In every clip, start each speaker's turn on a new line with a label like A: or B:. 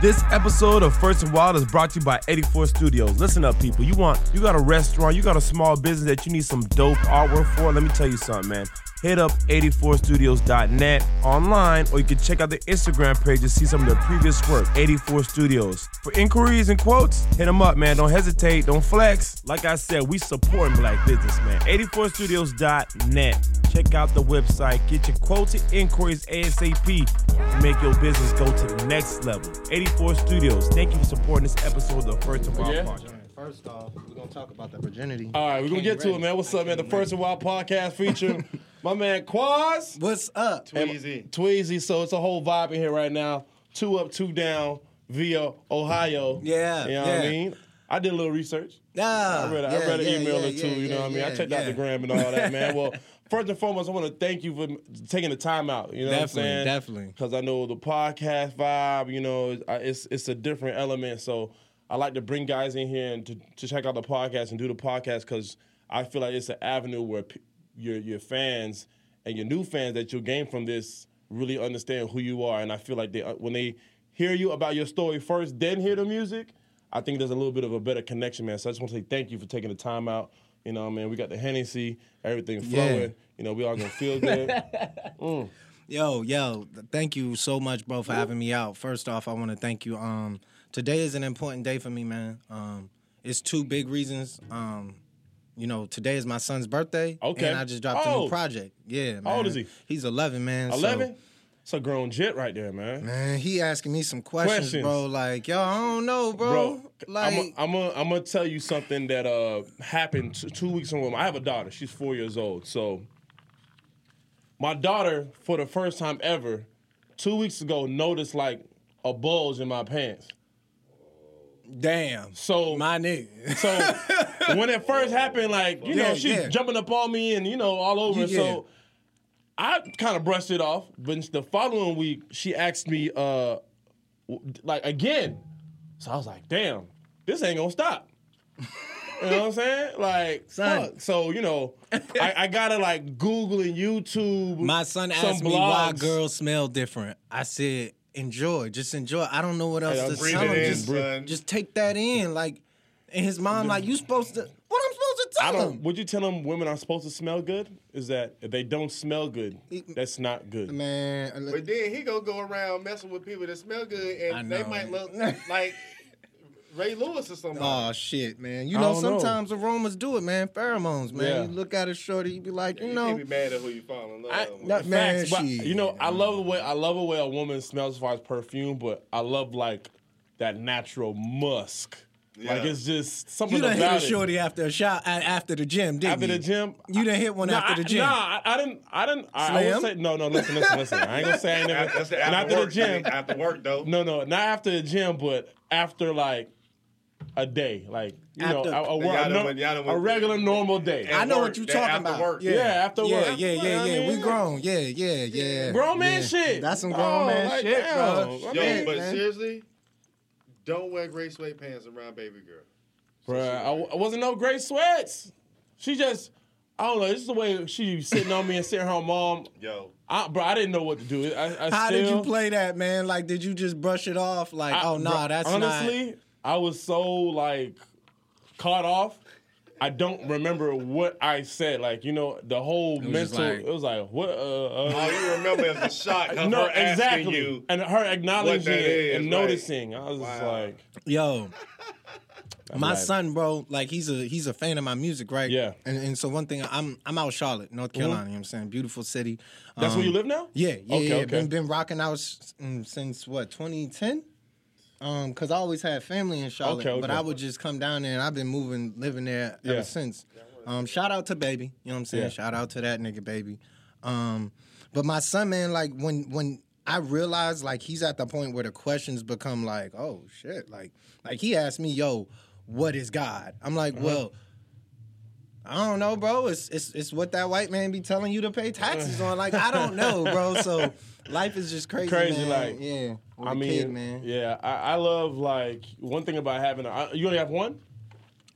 A: This episode of First and Wild is brought to you by 84 Studios. Listen up, people. You want you got a restaurant, you got a small business that you need some dope artwork for. Let me tell you something, man. Hit up 84studios.net online, or you can check out the Instagram page to see some of their previous work. 84 Studios. For inquiries and quotes, hit them up, man. Don't hesitate. Don't flex. Like I said, we supporting black business, man. 84studios.net. Check out the website. Get your quotes and inquiries ASAP to make your business go to the next level. 84 Studios. Thank you for supporting this episode of the First and Wild
B: Yeah.
A: Podcast.
C: First off, we're gonna talk about the virginity.
B: All right, we're gonna get to it, man. What's up, man? The First and Wild podcast featuring my man Quaz
D: What's up?
B: and Tweezy. So it's a whole vibe in here right now. Two up, two down via Ohio.
D: Yeah,
B: You know what I
D: yeah.
B: mean? I did a little research.
D: Nah,
B: I read, I
D: yeah,
B: read an
D: yeah,
B: email
D: yeah,
B: or two,
D: yeah,
B: you know
D: yeah,
B: what I mean? I
D: yeah,
B: checked out
D: yeah.
B: the gram and all that, man. Well, first and foremost, I want to thank you for taking the time out, you
D: Definitely,
B: know what I'm saying?
D: definitely.
B: Because I know the podcast vibe, you know, is- I- it's it's a different element. So I like to bring guys in here and to, to check out the podcast and do the podcast because I feel like it's an avenue where p- your your fans and your new fans that you gain from this really understand who you are. And I feel like they uh, when they hear you about your story first, then hear the music, I think there's a little bit of a better connection, man. So I just want to say thank you for taking the time out. You know, what I mean, we got the Hennessy, everything flowing. You know, we all gonna feel good.
D: Yo, yo, th- thank you so much, bro, for having me out. First off, I want to thank you. Um, today is an important day for me, man. Um, it's two big reasons. Um, you know, today is my son's birthday.
B: Okay.
D: And I just dropped a
B: Oh.
D: new project. Yeah, man.
B: old is he?
D: He's 11, man. so-
B: Eleven. It's a grown jit right there, man.
D: man, he asking me some questions,
B: Questions.
D: bro. Like, yo, I don't know, bro.
B: Bro,
D: like,
B: I'm gonna I'm gonna tell you something that uh happened t- two weeks ago. I have a daughter. She's four years old. So my daughter, for the first time ever, two weeks ago, noticed like a bulge in my pants.
D: damn.
B: So
D: my nigga.
B: So when it first happened, like you know,
D: Yeah,
B: she's
D: yeah.
B: jumping up on me and you know all over.
D: Yeah.
B: So I kind of brushed it off. But the following week, she asked me, uh, w- like again. So I was like, damn, this ain't gonna stop. You know what I'm saying? Like,
D: Son.
B: fuck. So you know, I, I gotta like Google and YouTube.
D: My son
B: some
D: asked me why
B: blogs.
D: girls smell different. I said, enjoy, just enjoy. I don't know what else
B: Hey,
D: to
B: breathe
D: tell
B: it
D: him.
B: in,
D: Just,
C: breathe.
D: just take that in. Like, and his mom, like, you supposed to. What I'm supposed to
B: I
D: tell
B: don't.
D: him?
B: Would you tell them women are supposed to smell good? Is that if they don't smell good, that's not good.
D: Man, I-
E: But then he gonna go around messing with people that smell good,
D: I
E: and they
D: know.
E: might look like Ray Lewis or somebody.
D: oh shit, man. You
B: I
D: know
B: don't know.
D: sometimes aromas do it, man. Pheromones, man.
B: Yeah.
D: You look at a shorty, you be like, you
E: you
D: know,
E: can't be mad at who you fall in love
B: I,
E: with.
D: that- man,
B: facts, but,
D: shit.
B: you know, I love the way I love the way a woman smells as far as perfume, but I love like that natural musk. Like
E: Yeah.
B: it's just something
D: you done hit a
B: about it.
D: shorty after a shot a- after the gym, didn't
B: After
D: you?
B: the gym,
D: You done hit one
B: Nah,
D: after the
B: I-
D: gym.
B: Nah, I, I didn't. I didn't. I, I would
D: Slam?
B: say no, no. Listen, listen, listen. I ain't gonna say I ain't never.
E: That's the
B: and
E: after,
B: after
E: work.
B: the gym,
E: After work though.
B: no, no, not after the gym, but after like a day, like you
D: After-
B: know, a, a, work-
E: Y'all done
B: no-
E: went- y'all done
B: a
E: went-
B: regular normal day.
D: I know
E: work,
D: what you
E: that
D: talking
E: after
D: about.
E: work.
B: Yeah, after
D: yeah,
B: work.
D: Yeah,
B: You know
D: yeah,
B: what I
D: yeah.
B: mean?
D: We grown. Yeah, yeah, yeah.
B: Grown man
D: Yeah.
B: shit.
D: That's some
B: Oh,
D: grown man
B: like,
D: shit, bro.
B: damn.
E: Yo,
D: Yeah,
E: but
D: man.
E: seriously, don't wear gray sweatpants around baby girl.
B: Bruh, I, I wasn't no great sweats. She just, I don't know. This is the way she sitting on me and sitting her mom.
E: Yo,
B: I, bro, I didn't know what to do. I, I
D: How
B: still,
D: did you play that, man? Like, did you just brush it off? Like,
B: I-
D: oh nah,
B: bruh,
D: that's
B: honestly. I was so like caught off. I don't remember what I said. Like you know, the whole
D: just
B: mental.
D: like-
B: it was like what? Uh, uh,
E: all Oh, you remember is the shock of
B: no,
E: her asking
B: exactly.
E: you.
B: and her acknowledging it
E: that is,
B: and
E: right.
B: noticing. I was just
E: Wow.
B: like,
D: not. Yo, my
B: like-
D: son, bro, like he's a he's a fan of my music, right?
B: Yeah. Mm-hmm.
D: And, and so one thing, I'm I'm out Charlotte, North Carolina. You know what I'm saying? Beautiful city.
B: that's where
D: Um,
B: you live now?
D: Yeah, yeah,
B: Okay,
D: yeah.
B: okay.
D: Been been rocking out s- mm, since what 2010. Um, cause I always had family in Charlotte,
B: Okay,
D: but
B: okay.
D: I would just come down there, and I've been moving, living there
B: Yeah.
D: ever since. Um, shout out to baby, you know what I'm saying?
B: Yeah.
D: Shout out to that nigga, baby. Um, but my son, man, like when when I realized like he's at the point where the questions become like, oh shit, like like he asked me, yo, what is God? I'm like,
B: Uh-huh.
D: well. I don't know, bro. It's it's it's what that white man be telling you to pay taxes on. Like I don't know, bro. So life is just crazy.
B: Crazy,
D: man.
B: like,
D: yeah. With
B: I
D: a
B: mean,
D: kid, man.
B: yeah, I, I love like one thing about having. A, I- you only have one.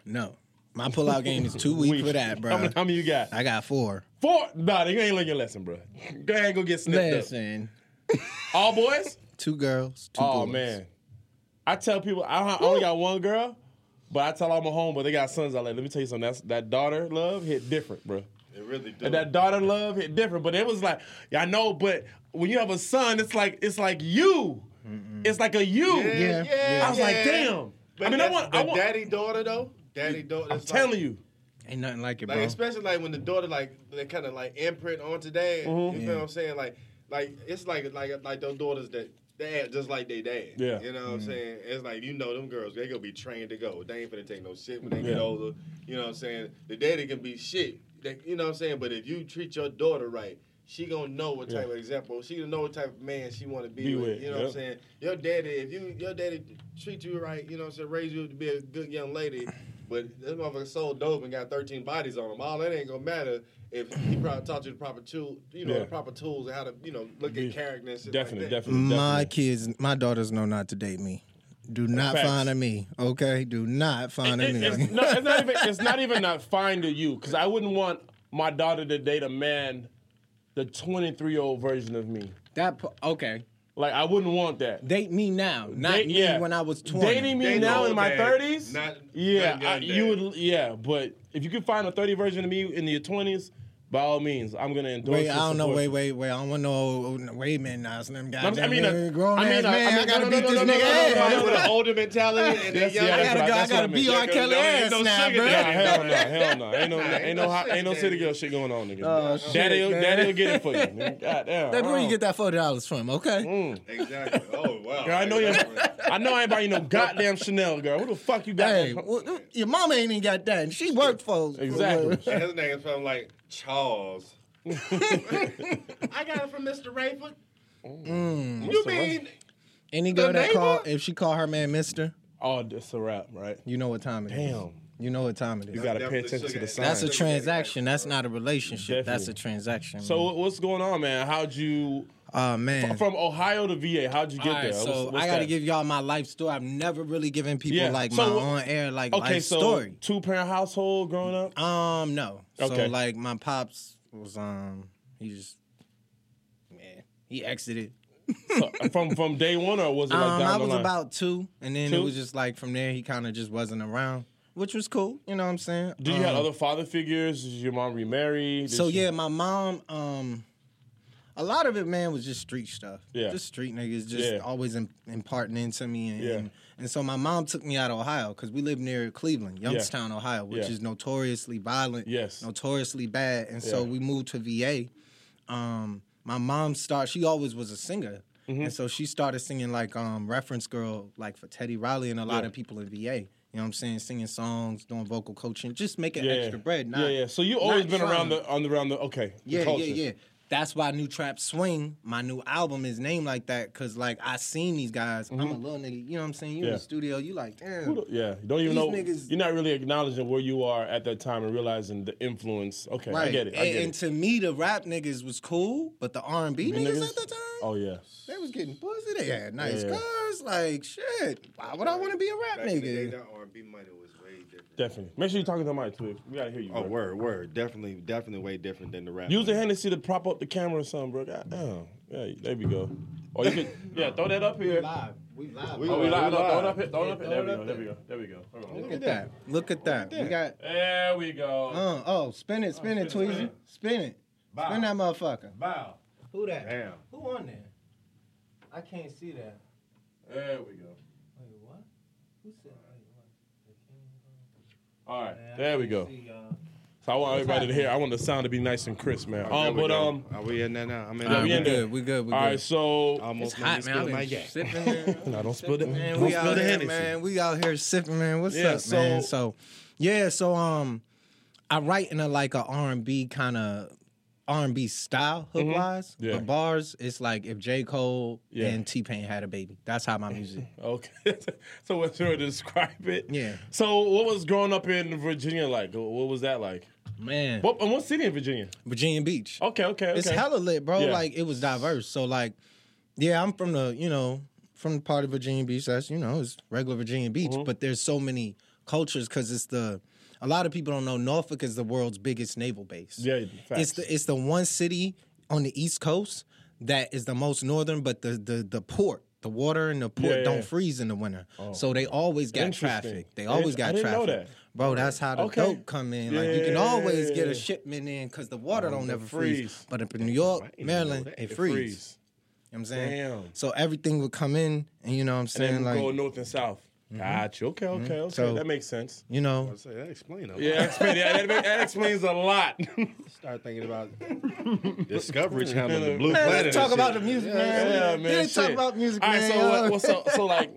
D: No, my pullout game is too weak for that,
B: How
D: bro.
B: many, how many you got?
D: I got four.
B: Four. Nah, you ain't learn your lesson, bro. Go ahead, and go get snipped up.
D: Listen,
B: All boys.
D: two girls, two
B: Oh
D: boys.
B: man, I tell people I, don't- I only got one girl, but I tell all my homeboys they got sons out there. Let me tell you something. That's, that daughter love hit different, bro.
E: It really do.
B: And that daughter love hit different. But it was like, yeah, I know, but when you have a son, it's like it's like you. It's like a you.
D: Yeah.
B: I was like, damn.
E: But
B: I mean, I
E: that's-
B: want,
E: the
B: I want.
E: daddy daughter though. Daddy daughter.
B: I'm
E: it's like-
B: telling you,
D: Ain't nothing like it,
E: Like
D: bro.
E: especially like when the daughter like they kind of like imprint onto dad. You
B: Mm-hmm.
E: feel what I'm saying? Like like it's like like like those daughters that they act just like they dad.
B: Yeah.
E: You know what I'm saying? It's like you know them girls they gonna be trained to go. They ain't finna take no shit when they get older. You know what I'm saying? The daddy can be shit. They, you know what I'm saying? But if you treat your daughter right. She gonna know what type of example. She gonna know what type of man she want to be,
B: Be
E: with.
B: with,
E: You know what
B: yep.
E: I'm saying? Your daddy, if you your daddy treat you right, you know what I'm saying, raise you to be a good young lady, but this motherfucker so dope and got 13 bodies on him. All that ain't gonna matter if he probably taught you the proper tool, you know,
B: Yeah.
E: the proper tools and how to, you know, look
B: Yeah.
E: at character and shit
B: definitely,
E: like that.
B: definitely,
D: My
B: definitely.
D: kids, my daughters know not to date me. Do not
B: Facts.
D: find a me, okay? Do not find a
B: It-
D: me.
B: it's, no, it's not even. It's not even not fine to you because I wouldn't want my daughter to date a man, the 23 year old version of me.
D: that p- okay.
B: Like I wouldn't want that.
D: Date me now, not
B: Date-
D: me
B: yeah.
D: when I was twenty.
B: Dating me
E: Dating
B: now in
E: old
B: my
E: dad,
B: thirties,
E: not-
B: yeah,
E: not young
B: I, you
E: dad.
B: would, yeah. But if you could find a thirty version of me in your twenties, by all means, I'm gonna endorse.
D: Wait,
B: and
D: I don't know.
B: support
D: Wait,
B: you.
D: wait, wait. I don't want no. Wait a minute, now. Some them
B: I'm-
D: goddamn
B: I mean, a-
D: grown
B: I
D: ass
B: mean, a- I
D: man. I,
B: mean, no,
D: gotta
B: no,
D: beat
B: no,
D: this
B: no, no,
D: nigga
B: no, no,
D: ass.
B: no, no.
E: With an older mentality and
B: That's-
E: that young
B: yeah,
D: I
B: that's
D: gotta,
B: right,
D: go, I
B: that's what I
D: gotta beat
B: meant.
D: R.
E: Yeah,
D: Kelly
E: no, ain't
D: ass
E: no
D: now,
E: sugar
D: bro.
B: Nah,
E: daddy.
B: hell no, hell no. Ain't no, ain't no, hot, ain't no
E: shit,
B: city
E: daddy.
B: girl shit going on, nigga.
D: Oh, shit,
B: daddy, will,
D: man.
B: daddy will get it for you. Nigga. God damn.
D: That's where you get that forty dollars from, okay?
B: Mm.
E: Exactly. Oh, wow.
B: Girl, I know you.
E: Exactly.
B: I know I ain't buying no goddamn Chanel, girl. Who the fuck you got?
D: Hey,
B: that from?
D: well, your mama ain't even got that. and She worked for
B: Exactly.
E: His name sound like Charles. I got it from Mr. Rayford.
B: Oh.
E: You mean
D: Any girl that
E: neighbor?
D: call, if she call her man Mister,
B: Oh, that's a wrap, right?
D: you know what time it is.
B: Damn.
D: You know what time it is.
B: You gotta pay
E: Definitely
B: attention to
E: sugar
B: the
E: ass.
D: That's
B: signs.
D: a
E: Right.
D: transaction. That's not a relationship. That's
B: Definitely.
D: a transaction.
B: so what- what's going on, man? How'd you
D: oh man.
B: from Ohio to VA? How'd you get
D: All right,
B: there?
D: so
B: What's- what's
D: I gotta
B: that?
D: give y'all my life story. I've never really given people
B: Yeah,
D: like
B: so
D: my
B: what-
D: on air like
B: Okay,
D: life
B: so
D: story.
B: two parent household growing up.
D: Um, no.
B: Okay.
D: So like my pops was um he just man he exited.
B: So, from from day one, or was it like
D: um,
B: down
D: I
B: the
D: was
B: line?
D: about two, and then
B: Two?
D: it was just like from there he kind of just wasn't around, which was cool. You know what I'm saying?
B: Did you have
D: Um,
B: other father figures? Did your mom remarry? Did
D: So
B: she-
D: yeah, my mom, um, a lot of it, man, was just street stuff.
B: Yeah.
D: just street niggas, just
B: Yeah.
D: always im- imparting into me, and,
B: Yeah.
D: and and so my mom took me out of Ohio because we lived near Cleveland, Youngstown, Ohio, which
B: Yeah.
D: is notoriously violent,
B: Yes.
D: notoriously bad, and so
B: Yeah.
D: we moved to VA. Um, my mom started; she always was a singer.
B: Mm-hmm.
D: And so she started singing like um, reference girl, like for Teddy Riley and a lot
B: Yeah.
D: of people in VA. You know what I'm saying? Singing songs, doing vocal coaching, just making
B: yeah.
D: extra bread. Not,
B: yeah, yeah. So you always
D: not
B: been around
D: trying to-
B: the on the around the okay. the
D: yeah,
B: culture.
D: yeah, yeah. That's why New Trap Swing, my new album, is named like that because like I seen these guys. I'm a little nigga, you know what I'm saying? You in
B: Mm-hmm. Yeah.
D: the studio, you like
B: Who
D: damn.
B: the- Yeah, you don't even
D: These
B: know.
D: niggas-
B: you're not really acknowledging where you are at that time and realizing the influence. Okay, I get it. I
D: and,
B: get
D: and
B: it.
D: to me, the rap niggas was cool, but the R and B
B: You
D: niggas
B: niggas-
D: at the time,
B: Oh yeah.
D: they was getting pussy. They had nice
B: Yeah.
D: cars. Like shit, why would I want to be a rap
E: Back in the day,
D: nigga?
E: that R&B money was way different.
B: Definitely. Make sure you're talking to my too. We gotta hear you.
E: Oh,
B: bro.
E: word, word. Definitely, definitely way different than the rap.
B: Use the Hennessy to prop up the camera or something, bro. God damn. Yeah, there we go. Or you could, yeah, throw that up here.
D: Live, we live.
E: We-
B: Oh, we live. No, throw it up here. Throw it up here.
D: Yeah,
B: There we
D: throw it
B: go.
D: up
B: There we go. There we go. Hold on.
D: Look at that. Look at that. We got.
B: There we go.
D: Uh, oh, spin it, spin it,
B: spin it,
D: Tweezy,
B: spin it.
D: spin it, spin that motherfucker.
B: Bow.
D: Who that?
E: Damn.
D: Who on there? I can't see that.
B: There we go.
D: Wait, what? Who said?
B: All right. There we go. So I want everybody to hear. I want the sound to be nice and crisp, man.
E: Oh, There
B: Um,
E: we
B: but
E: go.
B: um,
E: are we in there now? I'm in
B: Yeah,
E: there.
B: we in
D: we
B: there.
D: good. We good. We
B: all right.
D: good.
B: So
E: Almost
D: It's
E: made me
D: hot, man.
E: spill
D: I've
E: my
D: been
E: yak.
D: sipping, man.
B: no, don't spill it.
D: Man,
B: Don't
D: we
B: spill
D: out
B: the
D: here,
B: Hennessy.
D: man. We out here sipping, man. What's
B: Yeah,
D: up, man?
B: so-
D: So, yeah, so um, I write in a like a R and B kind of R and B style hook wise,
B: Yeah.
D: but bars. It's like if J Cole
B: Yeah.
D: and T Pain had a baby. That's how my music.
B: Okay. so what's your describe it?
D: Yeah.
B: So what was growing up in Virginia like? What was that like?
D: man,
B: What and what city in Virginia?
D: Virginia Beach.
B: Okay, okay, okay.
D: It's hella lit, bro.
B: Yeah.
D: Like it was diverse. So like, yeah, I'm from the you know from the part of Virginia Beach that's you know it's regular Virginia Beach,
B: Mm-hmm.
D: but there's so many cultures because it's the a lot of people don't know Norfolk is the world's biggest naval base.
B: Yeah, facts.
D: it's the it's the one city on the East Coast that is the most northern, but the the the port. the water in the port
B: Yeah, yeah, yeah. Oh.
D: don't freeze in the winter. So they always got
B: Interesting.
D: traffic. They
B: I
D: always
B: didn't- I
D: got
B: didn't know
D: traffic.
B: that.
D: Bro, that's how the
B: Okay.
D: dope come in.
B: Yeah,
D: like you can
B: yeah,
D: always
B: yeah,
D: get
B: yeah.
D: a shipment in because the water don't never
B: freeze.
D: freeze. But up in New York, Maryland, it, freeze. You know what I'm saying?
B: Damn.
D: So everything would come in and you know what I'm
B: And
D: saying?
B: then
D: Like Mm-hmm.
B: go north and south. Gotcha. Okay, okay, okay.
D: So-
B: that makes sense.
D: you know,
E: Say that explain a
B: Yeah,
E: lot.
B: that explains, that, that- that explains a lot.
E: Start thinking about discoveries coming.
B: Man,
E: The blue
D: Man,
E: planet.
D: let's
E: and
D: talk
E: shit.
D: about the music, man.
B: yeah, man.
D: We didn't talk
B: shit.
D: about music,
B: All right,
D: man.
B: so what, what's up? So like,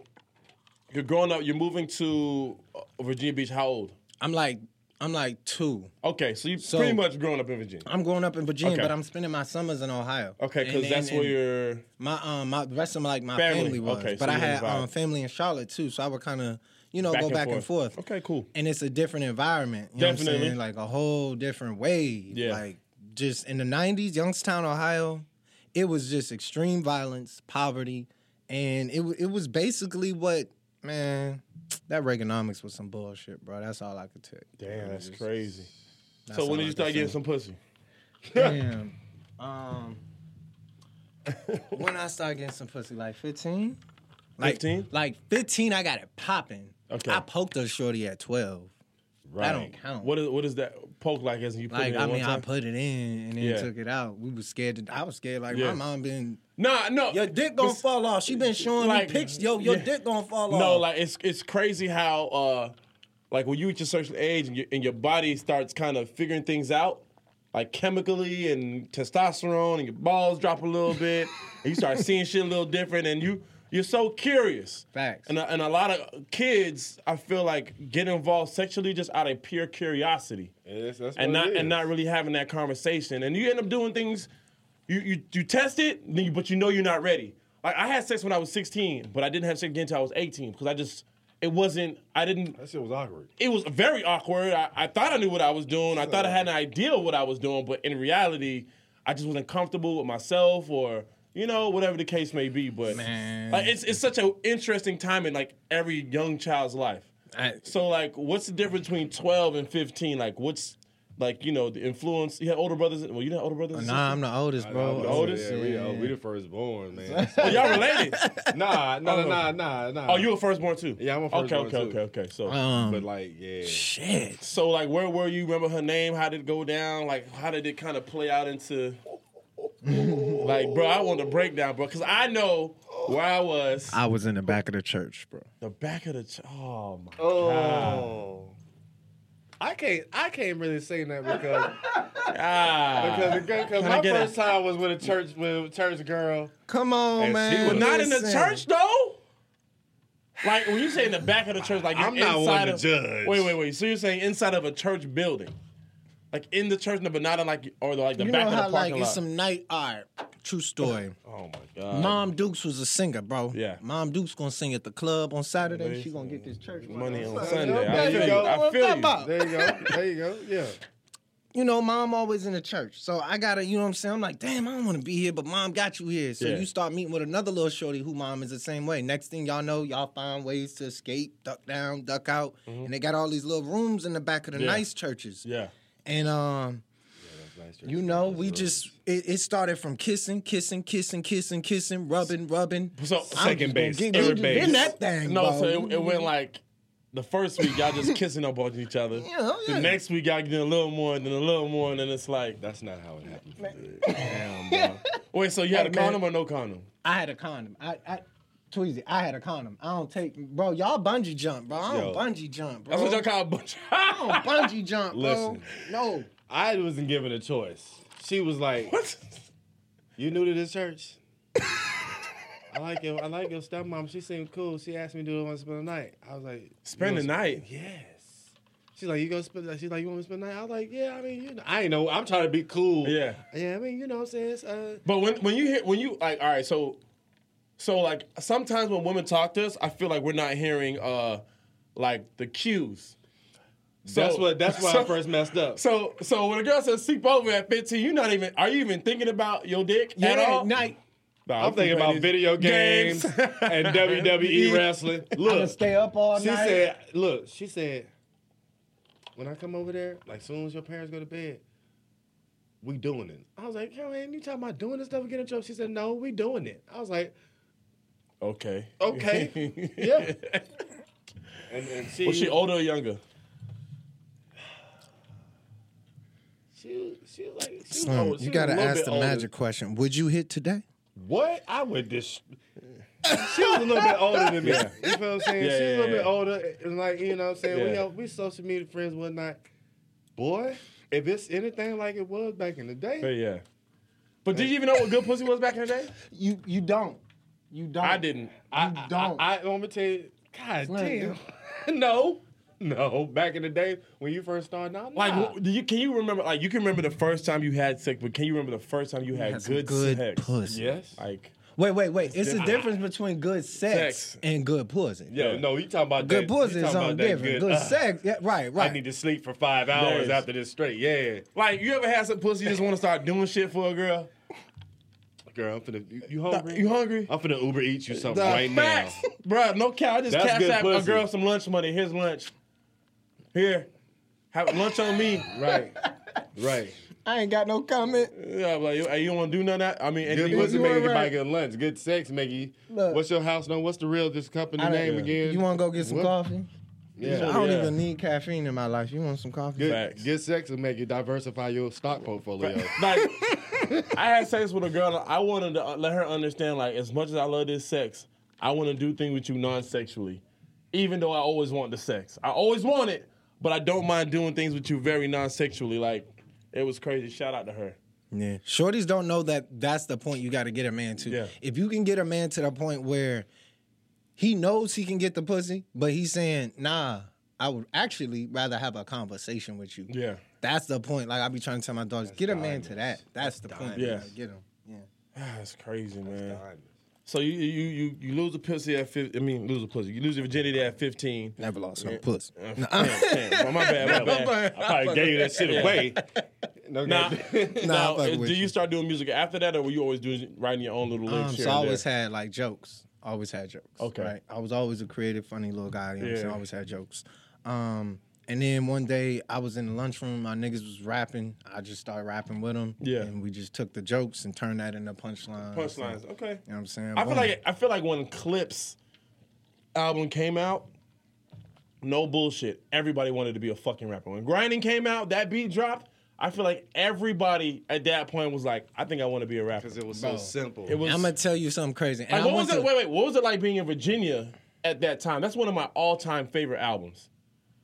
B: you're growing up. You're moving to uh, Virginia Beach. How old?
D: I'm like I'm like two.
B: Okay, so you
D: So-
B: pretty much growing up in Virginia.
D: I'm growing up in Virginia,
B: Okay.
D: but I'm spending my summers in Ohio.
B: Okay,
D: And-
B: because
D: and-
B: that's where
D: and
B: you're.
D: my um my the rest of my like my
B: Family.
D: family, was.
B: Okay,
D: but
B: so
D: I
B: you
D: had
B: involved.
D: um family in Charlotte too, so I would kind of you know
B: Back
D: go
B: and
D: back and
B: forth.
D: forth.
B: Okay, cool.
D: And it's a different environment. You know what
B: Definitely.
D: I'm saying? Like a whole different way.
B: Yeah.
D: Like just in the '90s, Youngstown, Ohio, it was just extreme violence, poverty, and it wa- it was basically what man. That Reaganomics was some bullshit, bro. That's all I could tell you.
B: Damn, that's crazy.
D: That's
B: So
D: all
B: when did
D: I
B: you
D: could
B: start getting
D: say.
B: some pussy?
D: Damn. Um, when I started getting some pussy, like 15? Like,
B: 15?
D: Like 15, I got it popping.
B: Okay.
D: I poked a shorty at 12. That don't count.
B: What is what is that poke like? As in you put
D: Like,
B: it in
D: I
B: one
D: mean, I
B: time?
D: put it in and then
B: Yeah.
D: took it out. We was scared. To, I was scared. Like,
B: Yeah.
D: my mom been,
B: Nah, no.
D: your dick gonna
B: It's-
D: fall off. She been showing
B: like,
D: me pics. Yo, your
B: yeah.
D: dick gonna fall off.
B: No, like it's it's crazy how uh like when you reach a certain age and your and your body starts kind of figuring things out, like chemically and testosterone and your balls drop a little bit, and you start seeing shit a little different, and you you're so curious.
D: Facts.
B: And a, and a lot of kids, I feel like, get involved sexually just out of pure curiosity
E: Yeah, that's- that's
B: and
E: what
B: not
E: it
B: and
E: is.
B: not really having that conversation. And you end up doing things. You you you test it, then you- but you know you're not ready. Like I had sex when I was 16, but I didn't have sex again until I was 18 because I just it wasn't. I didn't.
E: That shit was awkward.
B: It was very awkward. I, I thought I knew what I was doing. I thought I had an idea of what I was doing, but in reality, I just wasn't comfortable with myself or. You know, whatever the case may be, but
D: Man.
B: like it's it's such an interesting time in like every young child's life.
D: I-
B: So like, what's the difference between twelve and fifteen? Like, what's like you know the influence? You had older brothers. Well, you didn't have older brothers. and
D: nah, I'm
B: sisters?
D: the oldest, bro.
E: I'm the
B: oldest?
E: Yeah, we, oh, we the first born, man.
B: Oh, y'all related?
E: nah, nah, nah, nah, nah.
B: oh, you were firstborn too.
E: Yeah, I'm a firstborn,
B: Okay, okay,
E: too.
B: okay, okay. So,
D: Um,
E: But like, yeah.
D: shit.
B: so like, where were you? Remember her name? How did it go down? Like, how did it kind of play out into? like, bro, I want a breakdown, bro, because I know where I was.
D: I was in the back of the church, bro.
B: The back of the. Ch- oh my.
E: Oh. I can't. I can't really say that because
B: God.
E: because because
B: I
E: my
B: get
E: first time was with a church with a church girl.
D: Come on,
E: And she
D: man.
E: was-
B: Not in the
D: Listen.
B: church though. Like when you say in the back of the church, like
E: I'm
B: you're
E: not
B: inside
E: one to
B: of,
E: judge.
B: Wait, wait, wait. So you're saying inside of a church building, like in the church, but not in like or like the
D: You
B: back
D: know
B: of the
D: how
B: parking
D: like
B: lot.
D: it's some night art. True story.
B: oh my god.
D: Mom Dukes was a singer, bro.
B: Yeah.
D: Mom Dukes gonna sing at the club on Saturday. She gonna get this church
B: Money on
E: Sunday.
B: Sunday.
E: There
B: I
E: you
B: feel you.
E: go.
B: I
D: What's
B: feel
D: that about?
B: you.
E: Uh, There you go. There you go. Yeah.
D: You know, mom always in the church. So I gotta, you know what I'm saying? I'm like, damn, I don't wanna be here, but mom got you here. So
B: Yeah.
D: you start meeting with another little shorty who mom is the same way. Next thing y'all know, y'all find ways to escape, duck down, duck out. And they got all these little rooms in the back of the
B: Mm-hmm. Yeah.
D: nice churches.
B: Yeah.
D: And um, you know, we just it, it started from kissing, kissing, kissing, kissing, kissing, rubbing, rubbing.
B: So
D: I'm just
E: Second
D: gonna
E: base,
D: get
E: third
D: you
E: base.
D: In that thing,
B: No,
D: bro.
B: so it, it went like the first week y'all just kissing up on each other.
D: Yeah, oh,
B: The
D: yeah.
B: next week y'all getting a little more and then a little more and then it's like,
E: That's not how it happened.
B: damn, bro. Wait, so you had a
D: Hey, man.
B: condom or no condom?
D: I had a condom. I, I Tweezy, I had a condom. I don't take, bro. Y'all bungee jump, bro. I
E: Yo.
D: don't bungee jump, bro.
B: That's what y'all call a bunch.
D: I don't bungee jump, bro.
E: Listen.
D: No,
E: I wasn't given a choice. She was like, "You new to this church? I like your I like your stepmom. She seemed cool. She asked me, do I want to spend the night? I was like, "You
B: Spend the
E: wanna sp-
B: night.
E: Yes. She's like, you gonna spend? the- She's like, you want to spend the night? I was like, yeah. I mean, you know, I ain't know. I'm trying to be cool.
B: Yeah.
E: Yeah. I mean, you know what I'm saying? It's, uh,
B: But when when you hear when you like all right, so so like sometimes when women talk to us, I feel like we're not hearing uh like the cues. So,
E: that's what. That's why
B: so,
E: I first messed up.
B: So so when a girl says sleep over at 15, you're not even are you even thinking about your dick
D: yeah,
B: at all?
D: night.
B: Nah,
E: I'm thinking about
B: these
E: video games and WWE wrestling.
D: I done
E: Look,
D: stay up all
E: she
D: night.
E: said, look, she said, when I come over there, like soon as your parents go to bed, we doing it. I was like, yo, man, you talking about doing this stuff and getting in trouble? She said, no, we doing it. I was like,
B: Okay.
E: Okay. yeah. And, and she,
B: Was she older or younger?
E: she, she was like, she was
D: Slim,
E: old- she
D: you
E: was a
D: gotta
E: little
D: ask
E: bit
D: the
E: older.
D: magic question. Would you hit today?
E: What? I would just. she was a little bit older than me. You feel what I'm saying?
B: Yeah, yeah,
E: she was a little
B: yeah.
E: bit older, and like you know what I'm saying.
B: Yeah.
E: We all- we social media friends, and whatnot. Boy, if it's anything like it was back in the day,
B: But yeah. But did you even know what good pussy was back in the day?
F: You you don't. You don't.
B: I didn't. I,
F: You don't.
E: I, I, I'm gonna tell you, God
F: Slim,
E: damn, no, no. Back in the day when you first started out,
B: like,
E: nah.
B: wh- do you, can you remember? Like, you can remember the first time you had sex, but can you remember the first time you had,
D: Had some
B: good,
D: good
B: sex?
D: pussy.
E: yes,
B: Like,
F: Wait, wait, wait. It's the difference between good sex,
B: Sex.
D: And good pussy.
E: yeah, no. You talking about
D: Good
E: that,
D: pussy
E: you
D: is
E: talking
D: something
E: about that
D: different. Good,
E: uh,
D: sex. Yeah, right,
E: I
D: right.
E: need to sleep for five hours
B: Yes.
E: after this straight. Yeah,
B: like you ever had some pussy you just want to start doing shit for a girl?
E: girl, I'm finna. You, you hungry?
B: You hungry?
E: I'm finna Uber eat you something
B: The
E: right
B: facts,
E: now.
B: bro. No cow. I just
E: That's
B: cash
E: good
B: out a
E: pussy.
B: girl some lunch money. Here's lunch. Here, have lunch on me.
E: Right. Right.
D: I ain't got no comment.
B: Yeah, I'm like you, hey, you don't want to do none of that. I mean, and
E: Good
B: you-
E: pussy
D: you
E: make you
D: are right.
E: buy good lunch. Good sex make you.
D: Look.
E: What's your house number? What's the real this company
D: I don't-
E: name again?
D: You wanna go get some
E: What?
D: coffee? I
E: Yeah.
D: don't
B: Yeah.
D: even need caffeine in my life. You want some coffee?
E: Good,
B: Facts.
E: good sex will make you diversify your stock portfolio.
B: like I had sex with a girl. and I wanted to uh, let her understand, like, as much as I love this sex, I want to do things with you non-sexually, even though I always want the sex. I always want it, but I don't mind doing things with you very non-sexually. Like, it was crazy. Shout out to her.
D: Yeah. Shorties don't know that that's the point you got to get a man to.
B: Yeah.
D: If you can get a man to the point where he knows he can get the pussy, but he's saying, nah, I would actually rather have a conversation with you.
B: Yeah.
D: That's the point. Like, I be trying to tell my dogs, get a man to that. That's the point.
B: Yeah.
D: Like, Get him. Yeah.
B: That's crazy, man. So you you you you lose a pussy at 15, I mean lose a pussy. You lose your virginity at fifteen.
D: Never lost no pussy.
B: Damn, damn. My bad, my bad.
E: I probably gave you that shit away. No,
B: Now, now,
D: fuck
B: do
D: with
B: you,
D: you.
B: start doing music after that, or were you always doing writing your own little lyrics
D: Um,
B: here
D: so I
B: and there?
D: always had like jokes. Always had jokes.
B: Okay.
D: Right. I was always a creative, funny little guy. You know what I'm saying?
B: Yeah.
D: Always had jokes. Um, and then one day I was in the lunchroom. My niggas was rapping. I just started rapping with them.
B: Yeah.
D: And we just took the jokes and turned that into punchlines.
B: punchlines? Okay.
D: You know what I'm saying?
B: I feel
D: Boom.
B: like I feel like when Clips album came out, no bullshit, everybody wanted to be a fucking rapper. When Grinding came out, that beat dropped. I feel like everybody at that point was like, I think I want to be a rapper.
E: Because it was so simple.
B: It was.
D: I'm gonna tell you something crazy. And
B: like,
D: I
B: what was
D: went
B: it?
D: to-
B: Wait, wait. What was it like being in Virginia at that time? That's one of my all-time favorite albums,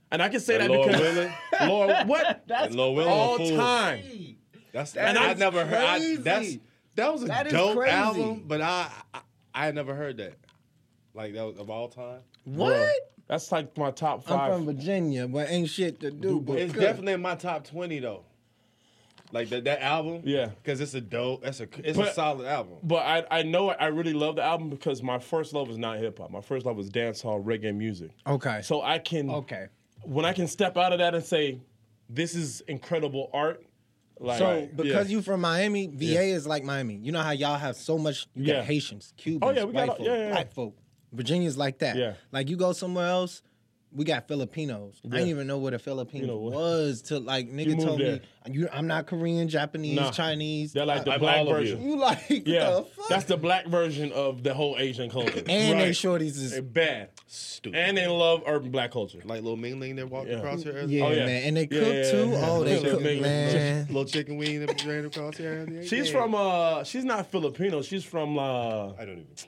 B: and I can say that
E: Lord
B: because
E: willing.
B: Lord, what?
E: And Lil Willie a
B: all
E: fool.
B: time.
E: That's
B: And
E: and I
B: that's
E: never heard. I,
F: crazy.
E: that's that was a
F: That is
E: dope
F: crazy.
E: album, but I, I I had never heard that. Like that was of all time.
B: Bro,
D: What?
B: that's like my top
D: I'm
B: five.
D: from Virginia, but ain't shit to do. But
E: It's
D: cook.
E: definitely in my top twenty though. Like that that album.
B: Yeah.
E: Because it's a dope. That's a it's a
B: But-
E: solid album.
B: But I, I know I really love the album because my first love was not hip hop. My first love was dancehall reggae music.
D: okay.
B: So I can
D: okay.
B: when I can step out of that and say, this is incredible art. Like,
D: So because
B: yeah.
D: you from Miami, VA is like Miami. You know how y'all have so much you
B: Yeah. Oh,
D: got Haitians, Cubans,
B: yeah, we got
D: white
B: all-
D: folk,
B: yeah, yeah, yeah.
D: black folk. Virginia's like that.
B: Yeah.
D: Like you go somewhere else, we got Filipinos. I didn't even know what a Filipino
B: You know what?
D: was till like nigga
B: moved
D: told
B: there.
D: me you, I'm not Korean, Japanese,
B: Nah.
D: Chinese.
B: they're like the
E: I'm
B: black
E: all of you.
B: version.
D: you like
B: Yeah,
D: the fuck?
B: that's the black version of the whole Asian culture.
D: and they
B: Right.
D: shorties is
B: They're bad,
E: Stupid.
B: and they love urban black culture.
E: like little Ming Ling that walked
B: Yeah.
E: across here.
D: yeah,
B: Oh, yeah.
D: man, and they
B: Yeah,
D: cook
B: yeah,
D: too.
B: yeah.
D: Oh, they
B: Yeah,
D: cook,
B: make-
D: man.
E: Little chicken wing that ran across here.
B: She's
E: Yeah.
B: from uh, she's not Filipino. She's from uh,
E: I don't even. She's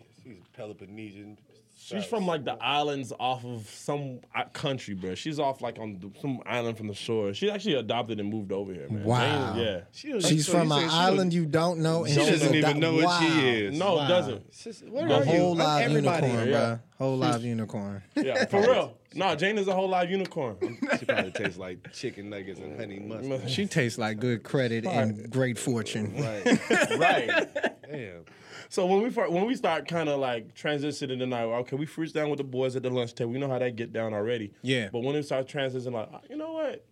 E: Peloponnesian.
B: She's from like the islands off of some uh, country, bro. She's off like on the, some island from the shore. She actually adopted and moved over here, man.
D: Wow.
B: They- yeah.
E: She don't-
D: She's
E: so
D: from
E: you
D: an
E: saying she
D: island
E: don't-
D: you don't know, and
E: She
D: she's
E: doesn't even
D: adop-
E: know what
D: Wow.
E: she is.
B: No, it
D: Wow.
B: doesn't.
E: Sis, What
D: A
E: are you?
D: whole
E: I'm
D: live
E: everybody.
D: unicorn,
B: yeah.
D: bro. Whole live unicorn.
B: Yeah, for real. Nah, Jane is a whole live unicorn.
E: She probably tastes like chicken nuggets and honey mustard.
D: She tastes like good credit and great fortune.
E: right.
B: right.
E: Damn.
B: So when we fir- when we start kind of like transitioning tonight, okay, we freeze down with the boys at the lunch table. We know how that get down already.
D: Yeah.
B: But when it starts transitioning, like "Ah, you know what,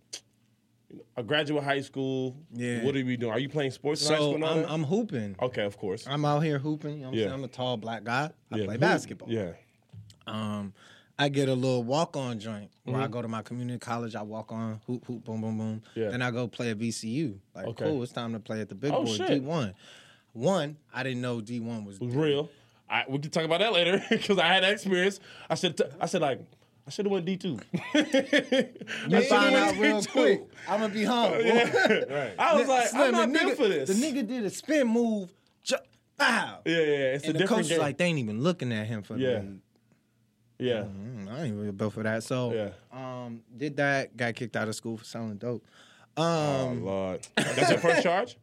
B: I graduate high school.
D: Yeah.
B: What are we doing? Are you playing sports in high school?
D: So
B: and all
D: I'm,
B: that?
D: I'm hooping.
B: okay, of course.
D: I'm out here hooping. You know what I'm,
B: Yeah.
D: saying? I'm a tall black guy. I
B: Yeah.
D: play basketball.
B: yeah.
D: Um, I get a little walk on joint where I go to my community college. I walk on hoop hoop boom boom boom.
B: Mm-hmm. Yeah.
D: Then I go play at VCU. Like
B: Okay.
D: cool, it's time to play at the big
B: Oh,
D: boy
B: shit.
D: D one. One, I didn't know D one was
B: Real. I, we can talk about that later because I had that experience. I said, t- I said like, I should have went D two.
D: You find out real quick. I'm gonna be home.
B: I was like,
D: Slim,
B: I'm not
D: the nigga,
B: built for this.
D: The nigga did a spin move. Ju- pow.
B: yeah, yeah, it's
D: and
B: a
D: the
B: different
D: coach is
B: game.
D: like, they ain't even looking at him for
B: Yeah.
D: the
B: yeah,
D: Mm, I ain't really built for that. So,
B: Yeah.
D: um, did that. Got kicked out of school for selling dope. Um,
B: oh lord, that's your first charge.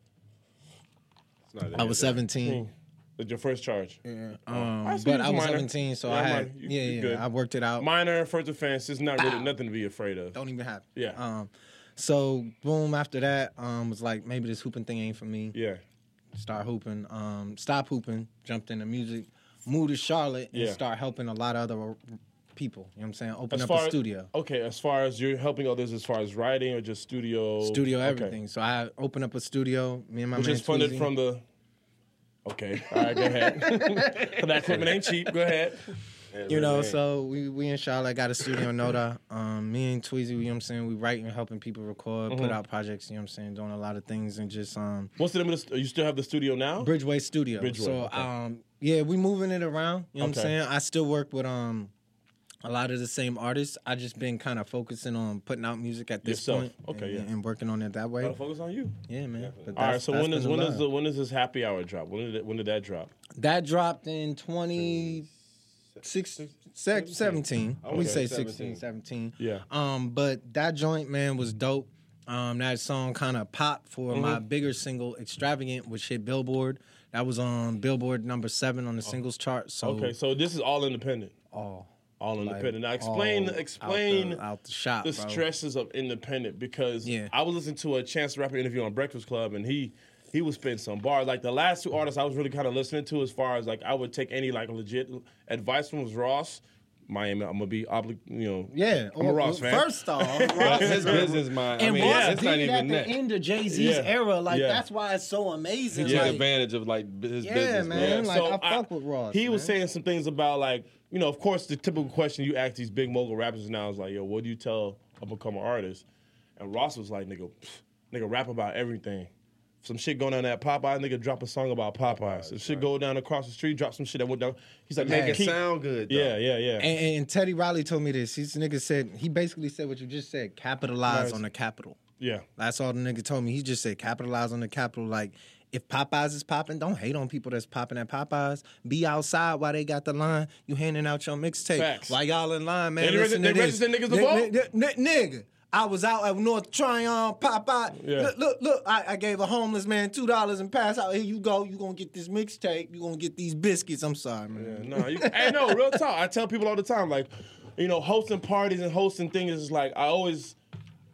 E: It's not that.
D: I was 17.
B: That's your first charge.
D: Um,
B: I see
D: but
B: you
D: I was
B: minor.
D: 17, so
B: Yeah,
D: I
B: I'm
D: had
B: minor. You-
D: yeah,
B: you
D: yeah.
B: good.
D: I worked it out.
B: Minor first offense. It's not really nothing to be afraid of.
D: Don't even happen.
B: Yeah.
D: Um, so boom. After that, um, was like maybe this hooping thing ain't for me.
B: Yeah,
D: Start hooping. Um, stop hooping. Jumped into music. Moved to Charlotte and
B: Yeah.
D: start helping a lot of other people. You know what I'm saying? Open
B: as
D: up
B: far
D: a studio.
B: Okay, as far as you're helping others, as far as writing or just studio,
D: Studio
B: Oh, Okay.
D: everything. So I opened up a studio. Me and my
B: which
D: man
B: is funded
D: Tweezy.
B: from the. Okay, all right, go ahead. But that equipment ain't cheap. Go ahead.
D: You know, so we we in Charlotte got a studio in Noda. Um, me and Tweezy, you know what I'm saying, we writing, helping people record, put
B: Mm-hmm.
D: out projects, you know what I'm saying, doing a lot of things and just um
B: What's the name of the? st- You still have the studio now?
D: Bridgeway Studio.
B: Bridgeway,
D: so
B: okay.
D: um yeah, we moving it around, you know what
B: Okay.
D: I'm saying? I still work with um a lot of the same artists. I just been kind of focusing on putting out music at this
B: Yourself.
D: point.
B: Okay,
D: and,
B: yeah.
D: and working on it that way.
B: Gotta focus on you.
D: yeah, man. But
B: All right.
D: that's-
B: So
D: that's
B: when is
D: been
B: when is
D: love.
B: the when is this happy hour drop? When did it, when did that drop?
D: that dropped in 20 six, sec- 17.
E: Okay.
D: We say
E: 17.
D: 16, 17.
B: Yeah.
D: Um, but that joint, man, was dope. Um, that song kind of popped for my
B: Mm-hmm.
D: bigger single, Extravagant, which hit Billboard. That was on Billboard number seven on the singles chart. So,
B: Oh. Okay. So this is all independent.
D: all
B: All independent. Now explain
D: all out the-
B: explain
D: out the, shop.
B: the
D: bro.
B: stresses of independent because
D: Yeah.
B: I was listening to a Chance the Rapper interview on Breakfast Club and he he was spitting some bars. Like the last two artists I was really kind of listening to as far as like I would take any like legit advice from was Ross. Miami, I'm gonna be obli- you know.
D: Yeah.
B: I'm a Ross fan.
D: First off,
E: That's
D: Ross
E: his business mind. I
D: And
E: mean,
D: Ross
E: yeah, it's
D: did
E: not
D: at
E: even
D: the
E: that. He
F: end of Jay Z's
B: Yeah.
F: era. Like
B: Yeah.
F: that's why it's so amazing.
E: took
F: like,
E: advantage of like b- his
D: Yeah,
E: business.
D: man.
E: mind.
D: like, I fuck with Ross,
B: He was
D: man.
B: saying some things about like, you know, of course, the typical question you ask these big mogul rappers now is like, yo, what do you tell a becoming artist? And Ross was like, nigga, pff, nigga, rap about everything. Some shit going down at Popeye, nigga, drop a song about Popeye. Some shit go down across the street, drop some shit that went down. He's like,
E: Make
B: man,
E: it
B: keep,
E: sound good. Though.
B: yeah, yeah, yeah.
D: And, and Teddy Riley told me this. He's nigga said he basically said what you just said. Capitalize
B: Nice.
D: on the capital.
B: yeah.
D: That's all the nigga told me. He just said capitalize on the capital. Like if Popeyes is popping, don't hate on people that's popping at Popeyes. Be outside while they got the line. You handing out your mixtape
B: Facts.
D: while y'all in line, man.
B: They
D: listen
B: reg-
D: to
B: they
D: this.
B: register niggas to
D: Ni-
B: vote?
D: ni- ni- nigga. I was out at North Tryon, Popeye.
B: Yeah.
D: Look, look, look. I, I gave a homeless man two dollars and passed out. Here you go. You gonna get this mixtape. You gonna get these biscuits. I'm sorry, man.
B: Yeah, no, you, hey, no, real talk. I tell people all the time, like, you know, hosting parties and hosting things is like I always.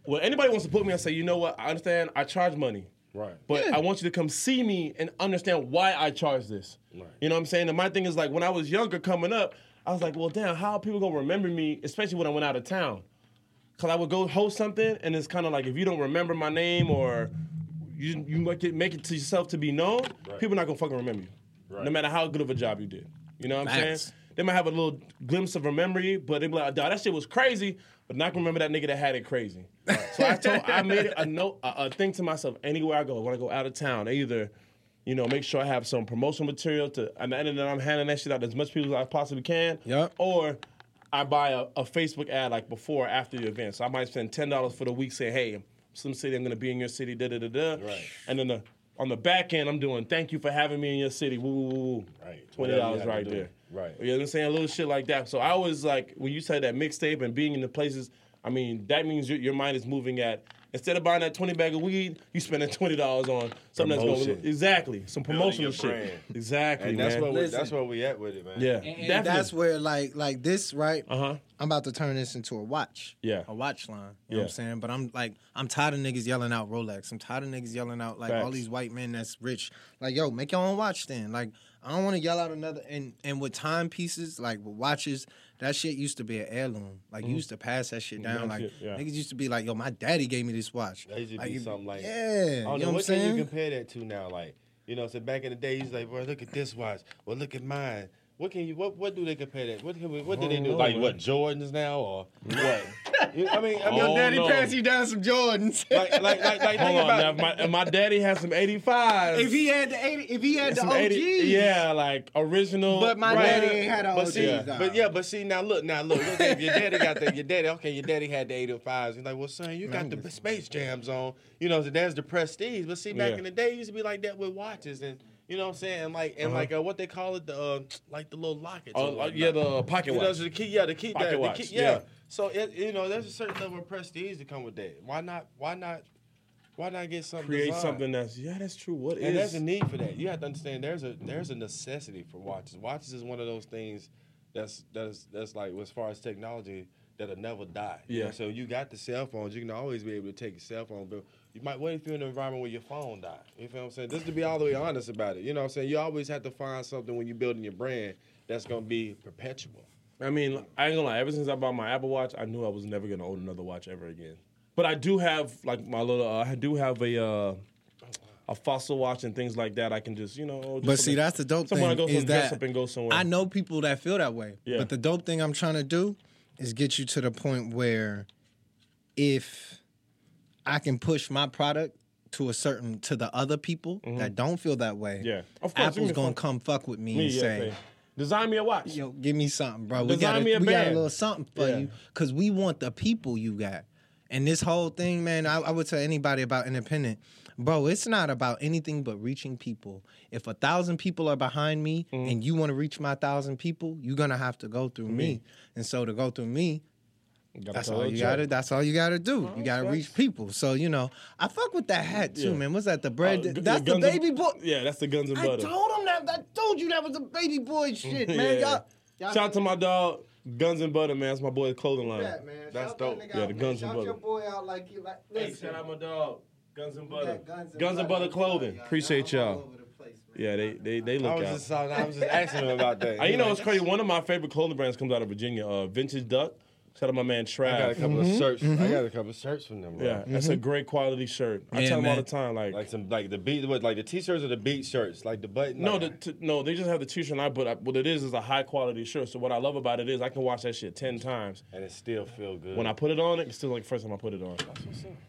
B: Well, anybody wants to put me, I say, you know what? I understand. I charge money,
E: Right.
B: But I want you to come see me and understand why I charge this.
E: Right.
B: You know what I'm saying? And my thing is like when I was younger, coming up, I was like, well, damn, how are people gonna remember me, especially when I went out of town? Cause I would go host something, and it's kind of like if you don't remember my name or you you make it make it to yourself to be known, people not gonna fucking remember you, no matter how good of a job you did. You know what I'm
D: Facts.
B: saying? They might have a little glimpse of a memory, but they be like, "Dawg, that shit was crazy," but not gonna remember that nigga that had it crazy. so I told, I made it a note, a, a thing to myself. Anywhere I go, when I go out of town, I either, you know, make sure I have some promotional material to, and then and then I'm handing that shit out to as much people as I possibly can.
D: Yup.
B: Or I buy a, a Facebook ad like before or after the event. So I might spend ten dollars for the week. Say, hey, some city, I'm gonna be in your city. Da da da da.
E: Right.
B: And then the, on the back end, I'm doing thank you for having me in your city. Woo woo woo. woo.
E: Right.
B: Twenty
E: Whatever you
B: dollars
E: have to
B: right
E: do.
B: there.
E: Right.
B: You know what I'm saying? A little shit like that. So I was like, when you said that mixtape and being in the places, I mean, that means your, your mind is moving at. Instead of buying that twenty bag of weed, you spending twenty dollars on something that's going
E: Promotion.
B: exactly some
E: Building your
B: promotional shit.
E: brand.
B: Exactly,
E: And that's
B: man.
E: where we,
F: Listen.
E: that's where we at with it, man.
B: yeah,
D: And that's where like like this, right?
B: Uh-huh.
D: I'm about to turn this into a watch.
B: Yeah.
D: A watch line. You know
B: Yeah.
D: what I'm saying? But I'm like, I'm tired of niggas yelling out Rolex. I'm tired of niggas yelling out like all
B: Facts.
D: these white men that's rich. Like, yo, make your own watch then. Like, I don't want to yell out another and and with timepieces, like with watches, that shit used to be an heirloom. Like you used to pass that shit down.
B: That
D: like
B: shit, Mm-hmm. yeah.
D: niggas used to be like, yo, my daddy gave me this watch.
E: That used to be
D: you-
E: something like
D: Yeah.
E: I don't
D: you know
E: know
D: what I'm
E: what can you
D: saying?
E: compare that to now? Like, you know, so back in the day, you was like, "Boy, look at this watch. Well, look at mine. What can you? What what do they compare that? What can we, what do they do?
B: know,
E: Like
B: man.
E: what Jordans now or what?
B: I mean, I mean,
E: Your daddy
B: Oh, no.
E: passed you down some Jordans.
B: Like, like, like,
A: Hold
B: like think
A: on,
B: about
A: now,
B: it. My, my daddy has some 85s.
F: If he had the 80, if he had the
B: some
F: OGs,
B: 80 yeah, like original.
F: But my daddy ain't had an
E: But see,
F: OG.
B: Yeah.
E: but yeah, but see now look, now look. Okay, if your daddy got the your daddy, okay, your daddy had the 805s. He's like, well, son, you got the Space Jams on. You know, so that's the prestige. But see, back
B: Yeah.
E: in the day, it used to be like that with watches and you know what I'm saying, and like and like uh, what they call it, the uh, like the little lockets. or
B: Uh-huh. Oh, like,
E: whatnot.
B: yeah, the pocket
E: You know,
B: watch.
E: so the key, yeah, the key,
B: Pocket
E: the, the
B: watch,
E: key
B: yeah.
E: yeah. So it, you know, there's a certain level of prestige to come with that. Why not? Why not? Why not get something?
B: Create
E: designed?
B: something that's yeah, that's true. What is
E: And there's a need for that. You have to understand there's a there's a necessity for watches. Watches is one of those things that's that's that's like as far as technology that'll never die. You know,
B: Yeah.
E: So you got the cell phones, you can always be able to take your cell phone, but you might what if you're in an environment where your phone died. You feel what I'm saying? Just to be all the way honest about it. You know what I'm saying? You always have to find something when you're building your brand that's gonna be perpetual.
B: I mean, I ain't gonna lie. Ever since I bought my Apple Watch, I knew I was never gonna own another watch ever again. But I do have like my little. Uh, I do have a uh, a fossil watch and things like that. I can just you know. Just
D: But see,
B: something-
D: that's the dope
B: somewhere I
D: thing
B: go
D: is
B: from dress
D: that
B: up and go somewhere.
D: I know people that feel that way.
B: Yeah.
D: But the dope thing I'm trying to do is get you to the point where if I can push my product to a certain to the other people that don't feel that way,
B: Mm-hmm. Yeah. Of course, give me
D: Apple's
B: a
D: gonna
B: phone.
D: come fuck with me,
B: Me,
D: and
B: yeah,
D: say,
B: say, design me a watch.
D: Yo, give me something, bro. We,
B: Design
D: got a,
B: me a
D: we got a
B: band.
D: little something for
B: Yeah.
D: you because we want the people you got. And this whole thing, man, I, I would tell anybody about independent, bro. It's not about anything but reaching people. If a thousand people are behind me
B: Mm-hmm.
D: and you want to reach my thousand people, you're gonna have to go through me.
B: Mm-hmm.
D: And so to go through me,
B: Gotta
D: that's
B: tell
D: all
B: the
D: you
B: joke.
D: gotta. That's all you gotta do. you gotta reach people. So you know, I fuck with that hat too,
B: Yeah.
D: man. What's that? The
B: Uh,
D: bread?
B: gu-
D: that's the
B: Guns and-
D: baby boy.
B: Yeah, that's the Guns and
D: I
B: Butter.
D: told him that. I told you that was the baby boy shit, man.
B: Yeah.
D: Y'all, y'all
B: Shout out to my dog Guns and Butter, man. That's my boy's clothing line.
F: that, man.
E: That's
F: Shout
E: dope.
F: That nigga
B: Yeah,
F: out,
B: the
F: man.
B: Guns and
F: Shout your
B: Butter.
F: boy out like you like.
B: Hey,
F: Listen,
B: shout out my dog Guns and
F: we got
B: Butter.
F: Guns and,
B: Butter clothing.
F: Y'all
B: Appreciate
F: all
B: y'all.
F: over the place, man.
B: Yeah, they they they
E: I
B: look
E: was
B: out.
E: just I was just asking him about that.
B: Uh, you know,
E: Like,
B: it's crazy. One of my favorite clothing brands comes out of Virginia. Uh, Vintage Duck. Shout out my man
E: I got a
B: Trav.
E: couple of shirts. I got a couple of shirts from them. bro.
B: Mm-hmm. Yeah, that's a great quality shirt. I
D: Yeah,
B: tell them all
D: man.
B: the time, like,
E: Like some like the beat what like the t-shirts or the beat shirts like the button
B: no,
E: like-
B: the, t- no, they just have the T-shirt. And I but I, what it is is a high quality shirt. So what I love about it is I can watch that shit ten times.
E: and it still feel good.
B: When I put it on, it's still like the first time I put it on.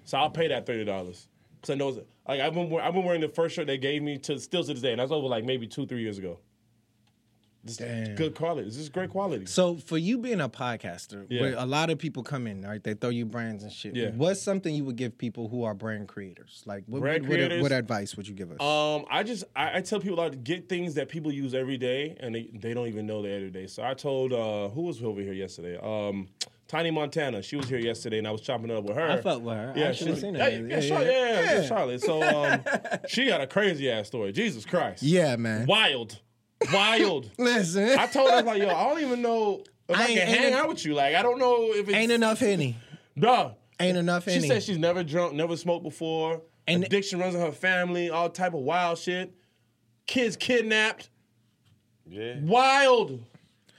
B: So I'll pay that thirty dollars because I know it's, like I've been wear- I've been wearing the first shirt they gave me to still to this day, and that's over like maybe two three years ago. This
D: Damn.
B: good quality. This is great quality.
D: So for you being a podcaster,
B: Yeah.
D: where a lot of people come in, right? They throw you brands and shit.
B: Yeah.
D: What's something you would give people who are brand creators? Like what
B: Brand
D: what, what-
B: creators?
D: what advice would you give us?
B: Um, I just I, I tell people like get things that people use every day and they, they don't even know they every day. So I told uh who was over here yesterday? Um Tiny Montana, she was here yesterday, and I was chopping it up with her.
D: I fuck with her. I
B: Yeah,
D: actually
B: she-
D: seen her.
B: Yeah, yeah,
D: Yeah,
B: Char-
D: yeah.
B: yeah, yeah, Charlotte. So um, she got a crazy ass story. Jesus Christ.
D: yeah, man.
B: Wild, wild.
D: Listen,
B: I told her like, yo, I don't even know if I,
D: I ain't-
B: can
D: ain't it-
B: hang out with you. Like, I don't know if it's
D: ain't enough henny.
B: Duh.
D: Ain't enough
B: She
D: henny.
B: said she's never drunk, never smoked before.
D: And-
B: Addiction runs in her family, all type of wild shit. Kids kidnapped.
E: yeah.
B: Wild.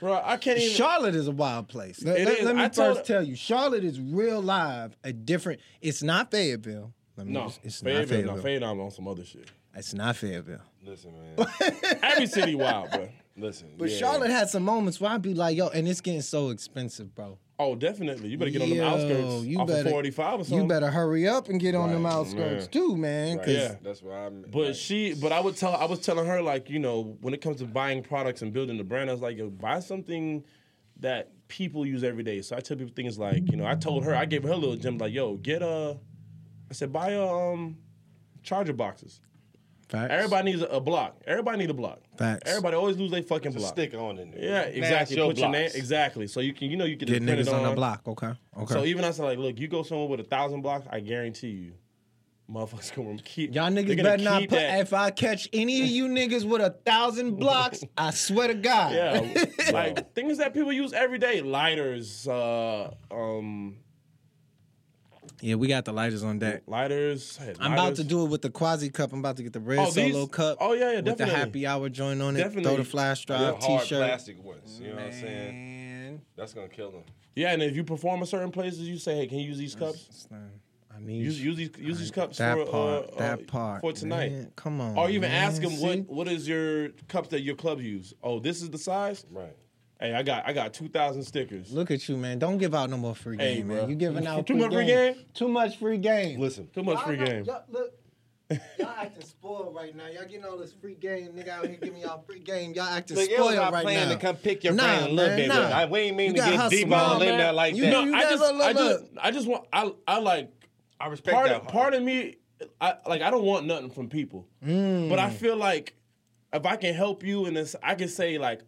B: Bro, I can't even.
D: Charlotte is a wild place. Let,
B: It
D: let-
B: is.
D: let me
B: I told
D: first
B: her-
D: tell you, Charlotte is real live. A different. It's not Fayetteville. Let me
B: No,
D: just- it's
B: Fayetteville,
D: not Fayetteville.
B: no, Fayetteville, I'm on some other shit.
D: It's not Fayetteville.
E: Listen, man.
B: Every city wild, bro.
E: Listen.
D: But
E: yeah.
D: Charlotte had some moments where I'd be like, yo, and it's getting so expensive, bro.
B: Oh, definitely. You better get on them
D: Yo,
B: outskirts.
D: you
B: off
D: better-
B: of 45 or something.
D: You better hurry up and get on them
E: Right,
D: outskirts
E: man.
D: too, man. 'cause-
B: Yeah.
E: That's why I'm.
B: But
E: like,
B: she, but I would tell, I was telling her like, you know, when it comes to buying products and building the brand, I was like, yo, buy something that people use every day. So I tell people things like, you know, I told her, I gave her a little gem like, yo, get a, I said, buy a um, charger boxes.
D: Facts.
B: Everybody needs a, a block. Everybody need a block.
D: Facts.
B: Everybody always lose their fucking
E: just
B: block.
E: stick on in there.
B: Yeah,
E: Match
B: exactly. Put your name
E: blocks.
B: exactly. So you can, you know, you can
D: Get
B: just print it
D: niggas on the
B: on.
D: block. Okay. Okay.
B: So even I said like, look, you go somewhere with a thousand blocks, I guarantee you, motherfuckers gonna keep.
D: Y'all
B: they're
D: niggas
B: gonna
D: better not
B: keep
D: put.
B: that-
D: If I catch any of you niggas with a thousand blocks, I swear to God.
B: Yeah, like things that people use every day: lighters, uh, um,
D: Yeah, we got the lighters on deck.
B: lighters. I had
D: I'm about
B: lighters.
D: to do it with the quasi cup. I'm about to get the red
B: Oh,
D: solo
B: these-
D: cup.
B: oh, yeah, yeah,
D: with
B: definitely.
D: the happy hour joint on it. Throw
B: Definitely.
D: the flash
E: The
D: drive
E: hard
D: t-shirt.
E: plastic ones. You know what I'm saying?
D: Man,
E: That's gonna kill them.
B: Yeah, and if you perform at certain places, you say, "Hey, can you use these cups?
D: it's not- I need
B: Use use these use these cups
D: that
B: for
D: part.
B: uh, uh,
D: that part
B: for tonight."
D: man. Come on.
B: Or even
D: man.
B: ask them
D: See?
B: what what is your cups that your club use? Oh, this is the size.
E: Right.
B: Hey, I got I got two thousand stickers.
D: Look at you, man. Don't give out no more free
B: Hey,
D: game, man.
B: bro.
D: You giving out
B: Too
D: free
B: much free game?
D: Too much free game.
B: Listen, too much free
F: Y'all not-
B: game.
F: Y'all, look, y'all acting spoiled right now. Y'all getting all this free game. Nigga out here giving y'all free game. Y'all acting
E: Nigga, it was
D: spoiled
E: our
D: right
E: plan
D: now.
E: to come pick your
D: Nah,
E: brain a little
D: man,
E: bit.
D: nah.
E: but I- we ain't mean
D: You
E: to
D: gotta
E: get
D: hustle,
E: deep
D: man.
E: all in there like
D: You
E: that.
D: know-
B: No, I
D: gotta
B: just,
D: look
B: I just,
D: up.
B: I just want, I, I like,
E: I respect
B: part,
E: that.
B: part of me, I like, I don't want nothing from people,
D: Mm.
B: but I feel like if I can help you in this, I can say like,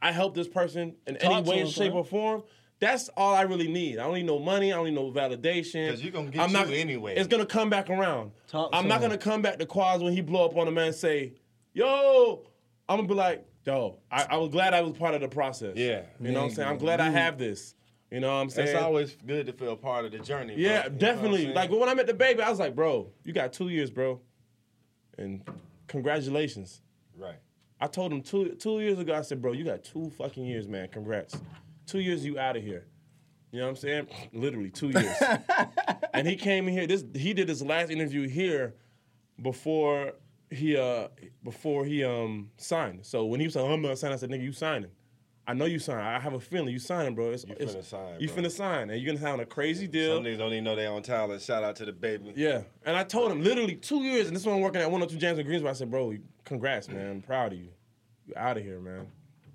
B: I help this person in
D: Talk
B: any
D: to
B: way,
D: them,
B: shape,
D: bro.
B: or form. That's all I really need. I don't need no money. I don't need no validation.
E: 'Cause you gonna get
B: I'm not,
E: you anyway.
B: It's gonna come back around.
D: Talk
B: I'm
D: to
B: not
D: them.
B: gonna come back to Quaz when he blow up on a man and say, "Yo," I'm gonna be like, "Yo, I, I was glad I was part of the process."
E: Yeah.
B: you know what I'm saying. I'm glad I have this. You know what I'm saying.
E: It's always good to feel part of the journey. bro.
B: Yeah,
E: You know what I'm
B: definitely.
E: saying?
B: Like when I met the baby, I was like, bro, you got two years, bro. And congratulations.
E: right.
B: I told him two two years ago, I said, bro, you got two fucking years, man. Congrats. Two years you out of here. You know what I'm saying? Literally two years. and he came in here, this he did his last interview here before he uh before he um signed. So when he was like, "Oh, I'm not signing, I said, nigga, you signing. I know you signing. I have a feeling you signing, bro. It's, you
E: finna sign,
B: You
E: bro.
B: finna sign. And you're gonna sign a crazy deal.
E: Some niggas don't even know they on talent. Shout out to the baby.
B: Yeah, and I told him literally two years, and this one working at 102 James and Greensboro. I said, "Bro, congrats, man. I'm proud of you. You out of here, man."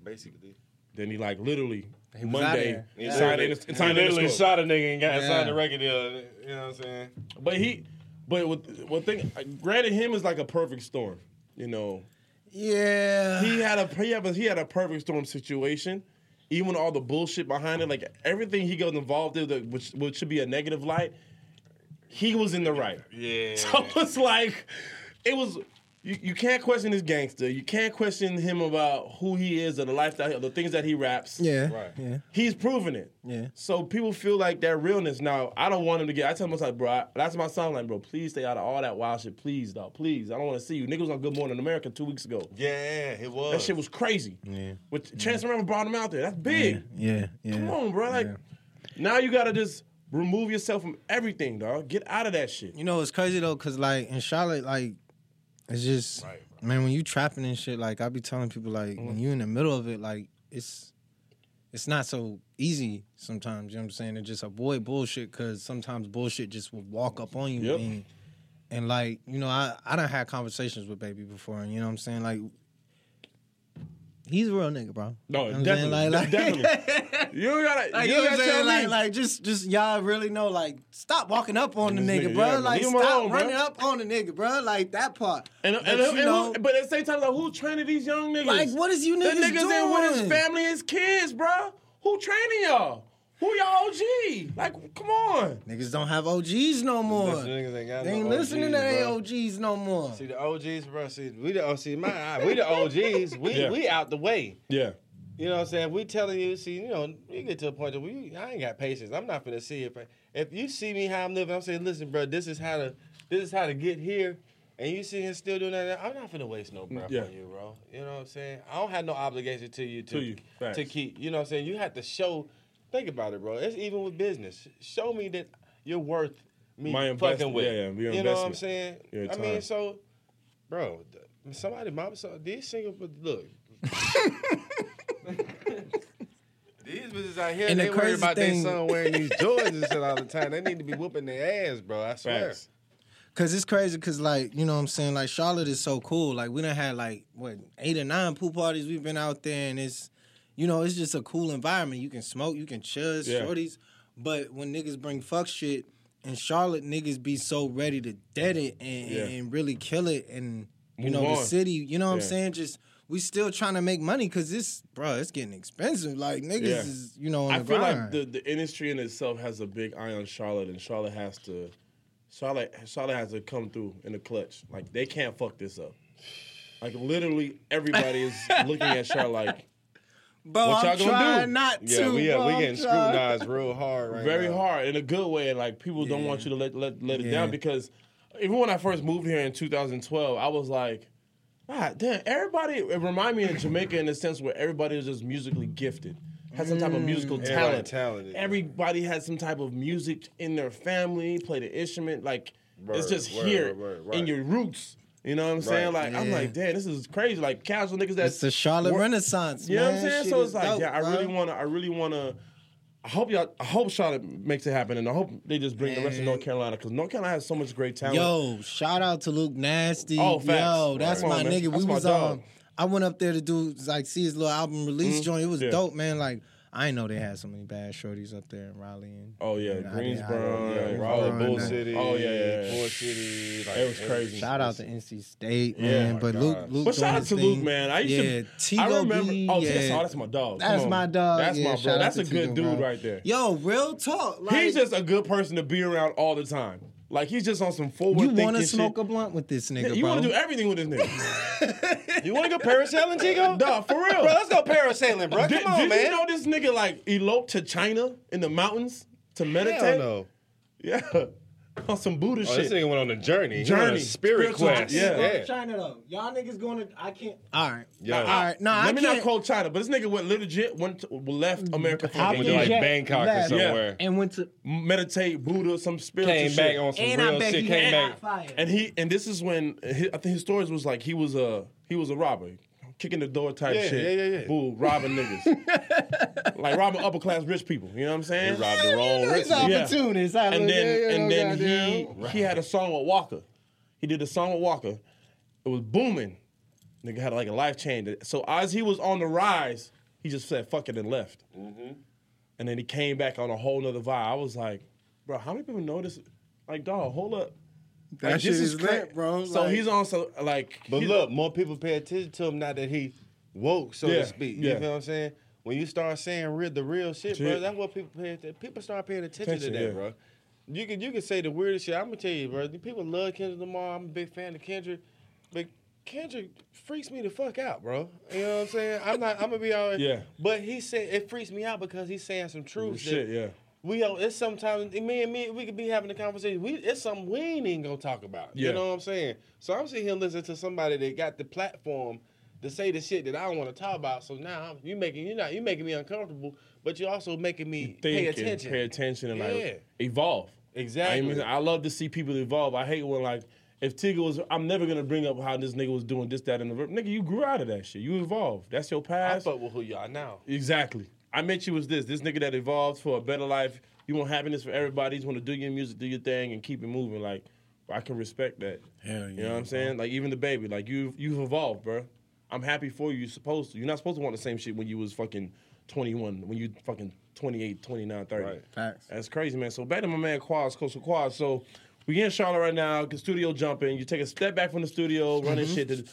E: Basically.
B: Then he like literally
D: was
B: Monday
D: outta
E: He
B: signed
E: literally-
B: in,
E: he
B: signed in
E: literally
B: the
E: shot a nigga and got
D: Yeah.
E: signed a record deal. You know what I'm saying?
B: But he, but with one thing, granted, him is like a perfect storm. You know,
D: Yeah.
B: he had a he had a, he had a perfect storm situation. Even all the bullshit behind it, like everything he got involved in, that- which which should be a negative light, he was in the right.
E: Yeah.
B: So it's like, it was. You, you can't question this gangster. You can't question him about who he is or the lifestyle, or the things that he raps.
D: yeah.
E: Right.
D: Yeah.
B: He's proven it.
D: Yeah.
B: So people feel like that realness. Now, I don't want him to get. I tell him, I was like, bro, I, that's my song. Like, bro, please stay out of all that wild shit. Please, dog. Please. I don't want to see you. Niggas on Good Morning America two weeks ago.
E: yeah, it was.
B: That shit was crazy. Yeah. With Chance the Rapper brought him out there. That's big.
D: Yeah. Yeah.
B: Come on, bro. Like, now you got to just remove yourself from everything, dog. Get out of that shit.
D: You know, it's crazy though, cause like in Charlotte, like it's just
E: Right,
D: man, when you trapping and shit, like I be telling people, like
B: Mm-hmm.
D: when you in the middle of it, like it's it's not so easy sometimes. You know what I'm saying? To just avoid bullshit, cause sometimes bullshit just will walk up on you.
B: Yep.
D: And, and like you know, I I done had conversations with baby before, and you know what I'm saying? Like he's a real nigga, bro.
B: No,
D: You know what I'm saying?
B: definitely. definitely. You gotta,
D: Like,
B: you
D: you know what
B: gotta
D: I'm
B: tell
D: saying?
B: me.
D: Like, like, just, just y'all really know. Like, stop walking up on the
B: This
D: nigga,
B: nigga,
D: bro.
B: yeah,
D: like,
B: leave him
D: stop
B: alone, bruh.
D: running up on the nigga, bro. Like that part.
B: and, and,
D: But
B: and,
D: you
B: who-
D: know-
B: but at the same time, like, who training these young niggas?
D: Like, what is you
B: The
D: niggas,
B: niggas
D: doing?
B: in with his family, his kids, bro. Who training y'all? Who y'all OG? Like, come on.
D: Niggas don't have OGs no more.
E: Listen, niggas ain't got
D: they
E: no
D: ain't listening to
E: OGs,
D: their
E: bro.
D: OGs no more.
E: See the OGs, bro. See we the oh, see my eye. We the OGs. We
B: Yeah.
E: we out the way.
B: Yeah.
E: You know what I'm saying? We telling you, see, you know, you get to a point that we I ain't got patience. I'm not gonna see it. If you see me how I'm living, I'm saying, listen, bro, this is how to this is how to get here. And you see him still doing that, I'm not gonna waste no breath
B: Yeah.
E: on you, bro. You know what I'm saying? I don't have no obligation to you to,
B: To you. Facts.
E: to keep. You know what I'm saying? You have to show. Think about it, bro. It's even with business. Show me that you're worth me
B: My
E: fucking
B: investment.
E: with.
B: Yeah, yeah, your
E: you know what I'm
B: investment.
E: saying?
B: Your
E: I mean,
B: time.
E: so, bro, th- somebody, mom, so, these single, but look, These bitches out here,
D: And the
E: they worry
D: crazy
E: about
D: thing-
E: their son wearing these Jordans and shit all the time. They need to be whooping their ass, bro. I swear.
B: Facts.
D: Cause it's crazy, cause like, you know what I'm saying? Like Charlotte is so cool. Like we done had like what eight or nine pool parties. We've been out there and it's you know, it's just a cool environment. You can smoke, you can chill,
B: Yeah.
D: shorties. But when niggas bring fuck shit in Charlotte, niggas be so ready to dead it and,
B: Yeah.
D: and really kill it and you
B: Move
D: know, the
B: on.
D: city, you know what I'm
B: Yeah.
D: saying? Just we still trying to make money cause this bro, it's getting expensive. Like niggas
B: Yeah.
D: is, you know, on
B: I
D: the
B: feel like
D: grind.
B: the, the industry in itself has a big eye on Charlotte, and Charlotte has to, Charlotte, Charlotte has to come through in the clutch. Like they can't fuck this up. Like literally, everybody is looking at Charlotte. Like,
D: bro,
B: what y'all
D: I'm
B: gonna
D: trying
B: do?
D: not
E: Yeah,
D: to.
E: we
D: bro,
E: we
D: I'm
E: getting
D: trying.
E: scrutinized real hard right
B: very
E: now.
B: hard in a good way, and like people don't want you to let let, let it
D: Yeah.
B: down because even when I first moved here in 2012, I was like, God damn, everybody. It reminded me of Jamaica in the sense where everybody was just musically gifted, had some type of musical
E: Mm, Everybody
B: talent.
E: talented.
B: Everybody had some type of music in their family, played an instrument. Like it's
E: Word,
B: just
E: word,
B: here
E: word, word,
B: in
E: right.
B: your roots. You know what I'm saying?
E: Right.
B: Like I'm
D: Yeah.
B: like, damn, this is crazy. Like casual niggas that's
D: It's the Charlotte
B: work-
D: Renaissance.
B: You know what I'm
D: man.
B: saying?
D: Shit
B: So
D: is
B: it's like,
D: dope,
B: yeah, I
D: bro.
B: really wanna, I really wanna. I hope y'all, I hope Charlotte makes it happen, and I hope they just bring the rest of
D: Man.
B: North Carolina because North Carolina has so much great talent.
D: Yo, shout out to Luke Nasty.
B: Oh, facts.
D: Yo, that's
B: Come
D: my
B: on, man.
D: nigga.
B: That's
D: we
B: my
D: was
B: dog. Mm-hmm.
D: um, I went up there to do like see his little album release joint. It was
B: Yeah.
D: dope, man. Like I didn't know they had so many bad shorties up there in Raleigh. And,
B: Oh yeah,
D: I didn't- I
B: Greensboro,
D: didn't-
B: yeah,
D: Raleigh,
B: Raleigh, Bull
D: Bull
B: City.
D: City,
B: Oh yeah, yeah, yeah.
E: Bull City. Like,
B: It was crazy.
D: Shout out to NC State,
B: Yeah,
D: man.
B: my
D: but
B: God.
D: Luke, Luke,
B: But shout
D: doing
B: out
D: his
B: to
D: thing.
B: Luke, man. I used
D: yeah,
B: to.
D: Tigo
B: I remember.
D: B,
B: oh,
D: yeah.
B: that's, oh, that's my dog. Come
D: That's
B: on.
D: my dog.
B: That's
D: Yeah,
B: my
D: shout
B: bro.
D: out
B: That's
D: to
B: a good
D: Tigo,
B: dude
D: bro.
B: right there.
F: Yo, real talk. Like,
B: He's just a good person to be around all the time. Like he's just on some forward
D: You
B: thinking
D: want to smoke
B: shit.
D: a blunt with this nigga,
B: You
D: bro?
B: want to do everything with this nigga?
E: You want to go parasailing, Tigo?
B: nah, for real.
E: Bro, let's go parasailing, bro.
B: did
E: Come on,
B: did
E: man.
B: you know this nigga like eloped to China in the mountains to meditate?
E: Hell no.
B: Yeah, on some Buddha
E: Oh,
B: shit.
E: this nigga went on a journey. He went on
B: Journey.
E: a spirit
B: Spiritual-
E: quest.
B: yeah.
F: yeah. China though. Y'all niggas going to. I can't.
D: All right.
E: Yo.
D: All right. No,
B: Let
D: I
B: me
D: can't. Mm,
B: not call China, but this nigga went legit went to, left America for a
D: I
E: He
B: day.
E: went to like
D: Yeah.
E: Bangkok or
D: Yeah.
E: somewhere.
D: and went to
B: meditate Buddha, some spiritual
E: Came
B: shit.
E: back on some
D: And I
E: real
D: bet
E: shit.
D: he
E: Came
D: had-
E: back.
F: Hot fire.
B: And he and this is when hi I think his stories was like he was a he was a robber, kicking the door type
E: Yeah,
B: shit.
E: yeah, yeah, yeah.
B: Boo, robbing niggas, like robbing upper class rich people. You know what I'm saying?
E: He robbed the wrong
D: It's
E: rich.
B: Yeah.
D: opportunists.
B: and then and then he he had a song with Walker. He did a song with Walker. It was booming. Nigga had like a life change. So as he was on the rise, he just said fuck it and left.
G: Mm-hmm.
B: And then he came back on a whole nother vibe. I was like, bro, how many people know this? Like, dog, hold up.
G: That
B: Like,
G: shit
B: this
G: is
B: cra-
G: lit, bro.
B: So
G: Like-
B: he's on so like
E: But
B: he-
E: look, more people pay attention to him now that he woke, so
B: Yeah,
E: to speak.
B: yeah.
E: You feel what I'm saying? When you start saying real, the real shit,
B: Shit.
E: bro, that's what people pay. atten- People start paying attention,
B: Attention,
E: to that,
B: yeah.
E: bro. You can you can say the weirdest shit. I'm gonna tell you, bro. the People love Kendrick Lamar. I'm a big fan of Kendrick, but Kendrick freaks me the fuck out, bro. You know what I'm saying? I'm not. I'm gonna be all right.
B: Yeah.
E: But he said it freaks me out because he's saying some truth.
B: shit,
E: that
B: yeah.
E: we don't- it's sometimes me and me we could be having a conversation. We it's something we ain't even gonna talk about.
B: Yeah.
E: You know what I'm saying? So I'm sitting here listening to somebody that got the platform to say the shit that I don't want to talk about. So now I'm- you making you not you making me uncomfortable, but you also making me pay
B: Think and
E: attention.
B: pay attention, and
E: Yeah.
B: like evolve.
E: Exactly.
B: I, mean, I love to see people evolve. I hate when like if Tigger was, I'm never gonna bring up how this nigga was doing this, that, and the ver- nigga. You grew out of that shit. You evolved. That's your
E: I
B: past.
E: fuck with who you are now.
B: exactly. I met you was this this nigga that evolved for a better life. You want happiness for everybody. You just want to do your music, do your thing, and keep it moving. Like I can respect that.
G: Hell
B: You know what I'm saying? Like even the baby, like you you've evolved, bro. I'm happy for you. You're supposed to. You're not supposed to want the same shit when you was fucking 21, when you fucking 28, 29, 30.
E: Right.
D: Facts.
B: That's crazy, man. So back to my man Quaz, Coastal Quaz. So we in Charlotte right now, get studio jumping. You take a step back from the studio, running shit to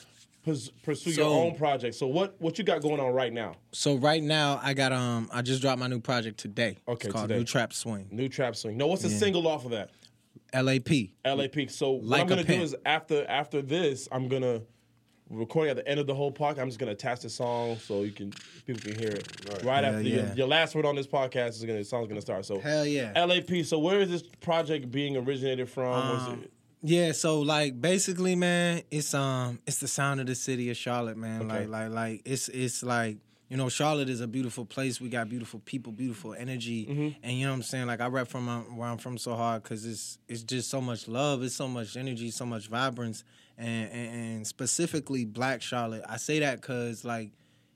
B: pus- pursue your
D: So-
B: own project. So what what you got going on right now?
D: So right now, I got um, I just dropped my new project today.
B: Okay,
D: it's called
B: today.
D: New Trap Swing.
B: New trap swing. No, what's the single off of that?
D: L.A.P.
B: LA Peak. So what
D: Like
B: I'm
D: a
B: gonna do
D: pen.
B: is after after this, I'm gonna recording at the end of the whole podcast. I'm just gonna attach the song so you can people can hear it right,
D: Hell
B: after
D: yeah.
B: your, your last word on this podcast is gonna the song's gonna start. So
D: Hell yeah.
B: LAP. So where is this project being originated from?
D: Um,
B: was it?
D: Yeah, so like basically, man, it's um, it's the sound of the city of Charlotte, man.
B: Okay.
D: Like, like, like, it's it's like you know, Charlotte is a beautiful place. We got beautiful people, beautiful energy, and you know what I'm saying. Like, I rap from um, where I'm from so hard because it's it's just so much love, it's so much energy, so much vibrance, and and, and specifically Black Charlotte. I say that because like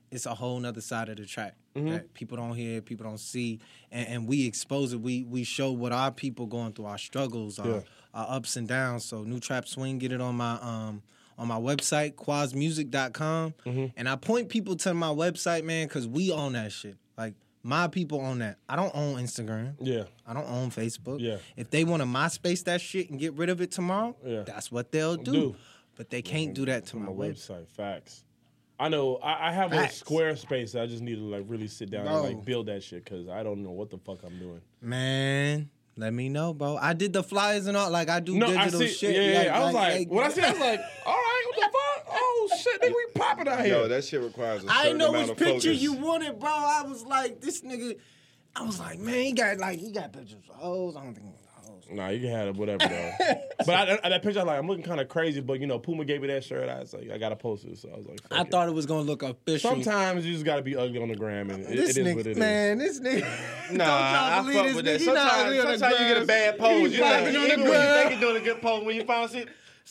D: it's a whole nother side of the track
B: Mm-hmm.
D: that people don't hear, people don't see, and, and we expose it. We we show what our people going through, our struggles, our,
B: Yeah.
D: our ups and downs. So new trap swing, get it on my um on my website quazmusic.com,
B: Mm-hmm.
D: and I point people to my website, man, because we own that shit. Like my people own that. I don't own Instagram.
B: Yeah.
D: I don't own Facebook.
B: Yeah.
D: If they want to MySpace that shit and get rid of it tomorrow,
B: Yeah.
D: that's what they'll do.
B: Do.
D: But they can't do that to my
B: My
D: website.
B: website. Facts. I know. I, I have a
D: Facts.
B: Squarespace. that I just need to like really sit down
D: Bro.
B: and like build that shit because I don't know what the fuck I'm doing.
D: Man, let me know, bro. I did the flyers and all. Like I do
B: No, I
D: digital
B: see.
D: shit.
B: yeah, yeah,
D: like-
B: yeah. I was like,
D: like-
B: when I see, that, I was like, all right, what the fuck? Oh shit, nigga, we popping out here.
E: No, that shit requires a certain
D: I didn't know
E: amount
D: which
E: of
D: picture
E: focus.
D: you wanted, bro. I was like, this nigga. I was like, man, he got like he got pictures of hoes. I don't think he hoes.
B: Nah, you can have it, whatever though. but I, I, that picture, I'm like, I'm looking kind of crazy, but you know, Puma gave me that shirt. I was like, I gotta post it. So I was like,
D: I
B: fuck it.
D: thought it was gonna look official.
B: Sometimes you just gotta be ugly on the gram, and it, it
D: this
B: is
D: nigga,
B: what it is.
D: man, this nigga.
E: Nah, I
D: don't y'all
E: fuck
D: believe
E: with
D: this nigga.
E: that.
D: He not
E: Sometimes,
D: ugly on the
E: sometimes you get a
D: gram.
E: bad pose.
D: He
E: You know,
D: not ugly on the
E: even when you
D: gram.
E: think you're doing a good pose, when you finally see,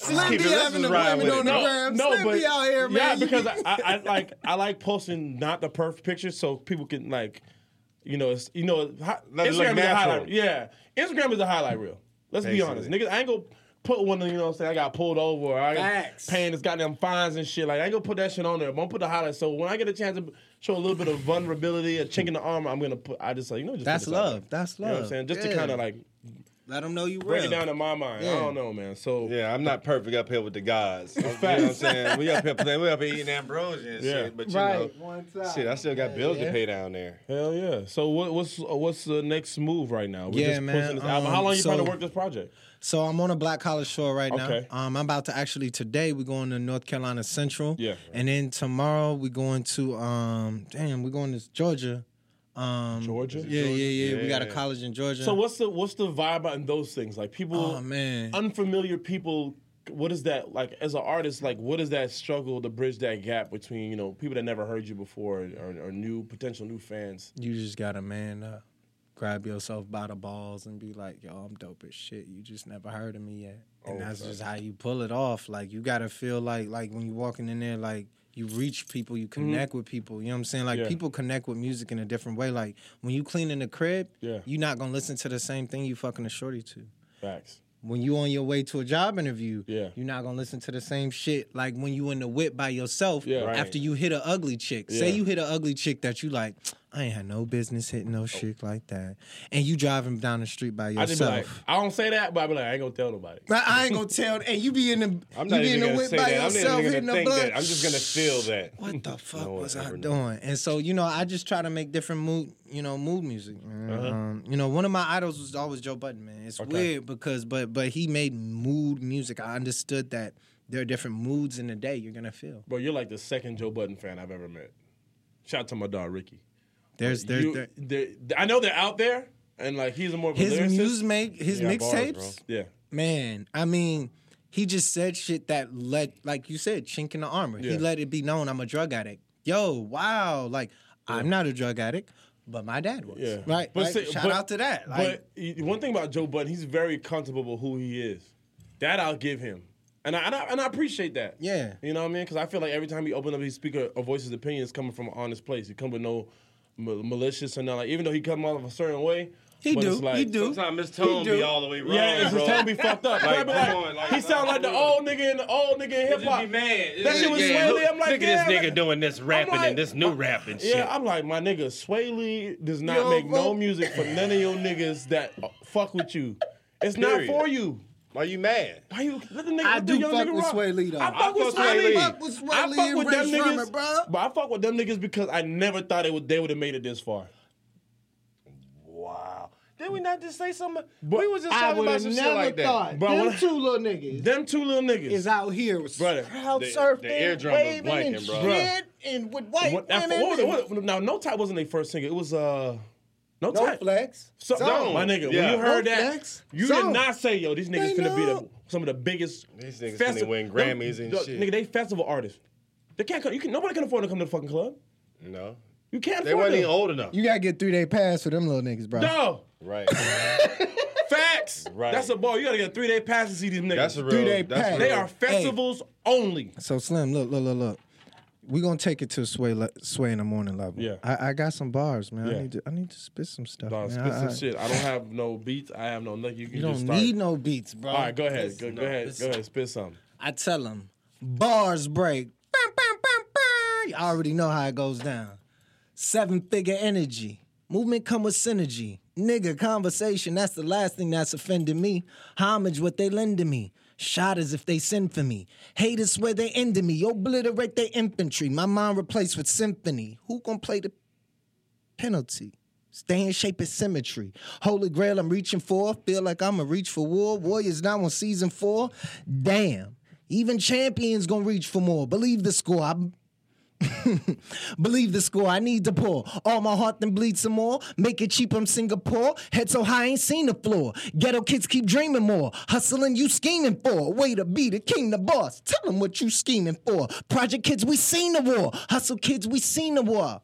D: Slim
E: keep
D: be
E: it- let's
D: having
E: just
D: the
E: ride
D: women
E: with it.
D: on the
E: No,
D: gram. Slim be out here, man.
B: yeah,
D: You
B: because
D: be-
B: I, I, I like I like posting not the perfect pictures so people can like, you know, it's, you know, hi,
E: Let it
B: Instagram
E: look
B: is a
E: natural.
B: highlight. Yeah, Instagram is a highlight reel. Let's be honest,
E: Basically.
B: niggas. I ain't gonna put one. of You know, what I'm saying I got pulled over. Or I
D: Facts.
B: paying this goddamn fines and shit. Like I ain't gonna put that shit on there. I'm gonna put the highlight. So when I get a chance to show a little bit of vulnerability, a chink in the armor, I'm gonna put. I just like you know, just put
D: That's
B: this out there.
D: love. That's
B: You
D: love.
B: know what I'm saying? Just to
D: Yeah.
B: kind of like
D: let them know you
B: break
D: real.
B: it down in my mind. I
D: Yeah.
B: don't know, man. So
E: Yeah, I'm not perfect up here with the guys. You know what I'm
B: Facts.
E: saying? We up here playing, we up here eating ambrosia and
B: Yeah.
E: shit. But you
F: Right,
E: know,
F: one time.
E: shit, I still got bills
D: yeah.
E: to pay down there.
B: Hell yeah! So what, what's uh, what's the next move right now? We're
D: Yeah,
B: just
D: man,
B: pushing This album.
D: um,
B: How long you trying to
D: so-
B: work this project?
D: So I'm on a Black College Shore right
B: Okay.
D: now. Um, I'm about to actually today we're going to North Carolina Central.
B: Yeah.
D: And then tomorrow we're going to um, damn, we're going to Georgia. Um,
B: Georgia?
D: Yeah, yeah, yeah, We got a
E: Yeah.
D: college in Georgia.
B: So what's the what's the vibe on those things? Like people,
D: Oh man.
B: unfamiliar people. What is that like as an artist? Like what is that struggle to bridge that gap between you know people that never heard you before or, or new potential new fans?
D: you just gotta man up. Grab yourself by the balls and be like, yo, I'm dope as shit. You just never heard of me yet.
B: Oh,
D: And that's just how you pull it off. Like you gotta feel like like when you're walking in there, like you reach people, you connect with people. You know what I'm saying? Like
B: Mm-hmm. Yeah.
D: people connect with music in a different way. Like when you clean in the crib,
B: Yeah.
D: you're not gonna listen to the same thing you fucking a shorty to.
B: Facts.
D: When you on your way to a job interview,
B: Yeah.
D: you're not gonna listen to the same shit like when you in the whip by yourself
B: Yeah. Right.
D: after you hit an ugly chick. Say
B: Yeah.
D: you hit an ugly chick that you like, I ain't had no business hitting
E: Oh.
D: no chick like that. And you driving down the street by
B: I just be like,
D: yourself.
B: I don't say that, but I be like, I ain't gonna tell nobody.
D: But I ain't gonna tell and you be in the
E: I'm
D: you
E: not
D: be in
E: even
D: the
E: gonna
D: whip
E: say
D: by
E: that. I'm not
D: yourself
E: even
D: hitting
E: gonna
D: the
E: think
D: blood.
E: that. I'm just gonna feel that.
D: what the fuck
E: one
D: was I
E: ever
D: doing?
E: knew.
D: And so, you know, I just try to make different mood, you know, mood music. man.
B: Uh-huh.
D: Um, you know, one of my idols was always Joe Budden, man. It's weird because, but, but he made mood music. I understood that there are different moods in the day you're gonna feel.
B: Bro, you're like the second Joe Budden fan I've ever met. Shout out to my dog Ricky.
D: There's, there's,
B: You-
D: there,
B: they're- I know they're out there, and like he's a more of a
D: his
B: lyricist.
D: music, make his
E: Yeah, bars,
D: mixtapes,
E: bro.
B: Yeah,
D: man. I mean, he just said shit that let, like you said, chink in the armor.
B: Yeah.
D: He let it be known I'm a drug addict. Yo, wow, like I'm not a drug addict. But my dad was
B: yeah.
D: right. But
B: see-
D: shout
B: but-
D: out to that. Like,
B: but y- one thing about Joe Budden, he's very comfortable with who he is. That I'll give him, and I and I, and I appreciate that.
D: Yeah.
B: you know what I mean? Because I feel like every time he opens up, his speaker or voices opinion is coming from an honest place. He come with no ma- malicious and not like, even though he come off a certain way,
D: He
B: but
D: do.
B: it's like,
D: he do.
E: Sometimes his tone be all the way wrong,
B: Yeah, it's
E: bro.
B: his tone be fucked up. Like,
E: Like, come
B: like,
E: on, like,
B: he sound like the
E: like,
B: old nigga in the old nigga in hip
E: Just be
B: hop.
E: mad.
B: That shit was
E: Yeah,
B: Swaley. I'm like,
E: look at this
B: yeah,
E: nigga
B: like-
E: doing this rapping
B: I'm like-
E: and this new rap and shit.
B: Yeah, I'm like, my nigga, Sway Lee does not
D: Yo,
B: make no
D: bro.
B: music for none of your niggas that uh, fuck with you. It's
E: Period.
B: not for you.
E: Why you mad?
B: Why you let the nigga
D: I
B: let the
D: do
B: young
D: fuck
B: nigga
D: with
B: rock.
D: Sway Lee, though.
B: I
D: I
B: fuck with
E: fuck with
B: Sway
E: Sway
B: Lee.
E: Lee.
D: Fuck with Sway
B: I
D: Lee
B: fuck
D: and
B: with them
D: Ray Shrummer,
B: niggas,
D: bro.
B: But I fuck with them niggas because I never thought they would they would have made it this far.
E: Wow. Did we not just say something?
B: But
E: we was just
F: I
E: talking
F: would
E: about
F: have
E: some
F: never
E: shit like
F: thought
E: that.
B: Bro,
F: them
B: when I-
F: two little niggas
B: Them two little niggas.
F: is out here with
B: Brother,
F: crowd
E: the- the
F: surfing,
E: eardrum was
F: waving and
E: blanking, bro.
F: shit, and with white
B: What- I-
F: women.
B: what- what- now, No Type wasn't their first single. It was uh, No,
F: no
B: Type.
F: flex.
B: So,
E: Zone.
B: my nigga,
E: Yeah.
B: when you heard
D: No
B: that,
D: flex.
B: you did
D: Zone.
B: not say, yo, these niggas
D: They
B: finna be the,
D: know.
B: some of the biggest.
E: These niggas finna
B: festi-
E: win
B: Them-
E: Grammys and
B: the-
E: shit.
B: Nigga, they festival artists. They can't come. You can, nobody can afford to come to the fucking club.
E: No.
B: You can't
E: They
B: afford
E: weren't
B: to.
E: even old enough.
D: You gotta get through their pass for them little niggas, bro.
B: No.
E: Right.
B: Facts.
E: Right.
B: That's a ball. You gotta get a three day pass to see these niggas.
E: That's a
D: Do
E: real.
D: they
E: that's
D: pay?
E: real.
B: They are festivals only.
D: So Slim, look, look, look, look. We gonna take it to sway, le- sway in the morning level.
B: Yeah.
D: I, I got some bars, man.
B: Yeah.
D: I need to, I need to spit some stuff.
B: Nah,
D: man.
B: spit
D: I-
B: some
D: I-
B: shit. I don't have no beats. I have no nothing. You can
D: You
B: just
D: don't
B: start.
D: need no beats, bro.
B: All right, go ahead. Go,
D: Listen,
B: go ahead.
D: listen.
B: Go ahead. Spit something.
D: I tell them, bars break. Bam, bam, bam, bam. You already know how it goes down. Seven figure energy. Movement come with synergy. Nigga, conversation, that's the last thing that's offending me. Homage, what they lend to me. Shot as if they send for me. Haters swear they end to me. Obliterate their infantry. My mind replaced with symphony. Who gon' play the penalty. Stay in shape and symmetry. Holy grail I'm reaching for. Feel like I'm going to reach for war. Warriors now on season four. Damn. Even champions gonna reach for more. Believe the score. I Believe the score, I need to pour. All my heart then bleed some more. Make it cheap, I'm Singapore. Head so high, I ain't seen the floor. Ghetto kids keep dreaming more. Hustling, you scheming for. Way to be the king, the boss. Tell them what you scheming for. Project kids, we seen the war. Hustle kids, we seen the war.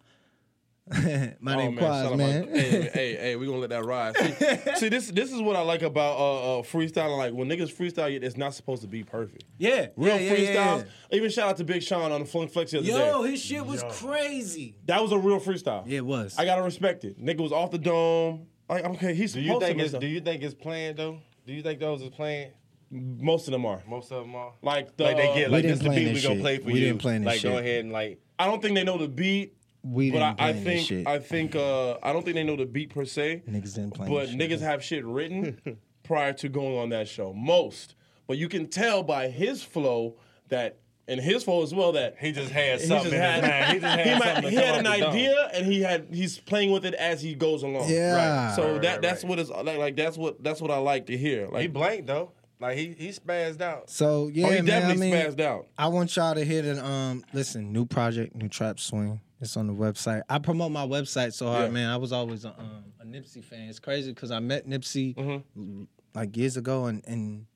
D: My
B: Oh,
D: name
B: man, shout
D: Quaz,
B: out
D: man.
B: my- hey, hey, hey, we gonna let that ride. See, see, this this is what I like about uh, uh, freestyling. Like when niggas freestyle, it's not supposed to be perfect.
D: yeah, yeah,
B: Real
D: yeah,
B: freestyles.
D: yeah.
B: Even shout out to Big Sean on the Flunk Flex the other
D: Yo,
B: day.
D: his shit was crazy.
B: That was a real freestyle.
D: It was.
B: I gotta respect it. Nigga was off the dome. Like okay, he's
E: Do you
B: supposed to
E: think
B: make
E: it's
B: stuff.
E: do you think it's planned though? Do you think those is planned?
B: most of them are.
E: Most of them are.
B: Like the,
E: Like they get like
D: didn't
E: this is the
D: plan
E: beat
D: this
E: we gonna
D: shit.
E: play for
D: We
E: you.
D: didn't plan this
E: like go
D: shit.
E: ahead and like
B: I don't think they know the beat.
D: we
B: But
D: didn't
B: I, I
D: plan this
B: think
D: shit.
B: I think uh, I don't think they know the beat per se.
D: Niggas didn't plan
B: But
D: this shit.
B: niggas have shit written prior to going on that show. Most, but you can tell by his flow that and his flow as well that
E: he just had
B: he
E: something
B: just
E: in
B: had,
E: his mind. He just had
B: he might-
E: something. to
B: he
E: come
B: had
E: out
B: an
E: the dome.
B: idea and he had he's playing with it as he goes along.
D: Yeah. Right.
B: So
E: Right,
B: that
E: right,
B: that's
E: right.
B: what is like, like that's what that's what I like to hear. Like
E: He blanked though. Like he he spazzed out.
D: So yeah,
B: oh, he
D: man.
B: definitely
D: I mean,
B: spazzed out.
D: I want y'all to hear that. Um, listen, new project, new trap swing. It's on the website. I promote my website so hard,
B: Yeah.
D: man. I was always a, um, a Nipsey fan. It's crazy because I met Nipsey
B: Mm-hmm.
D: like years ago, and and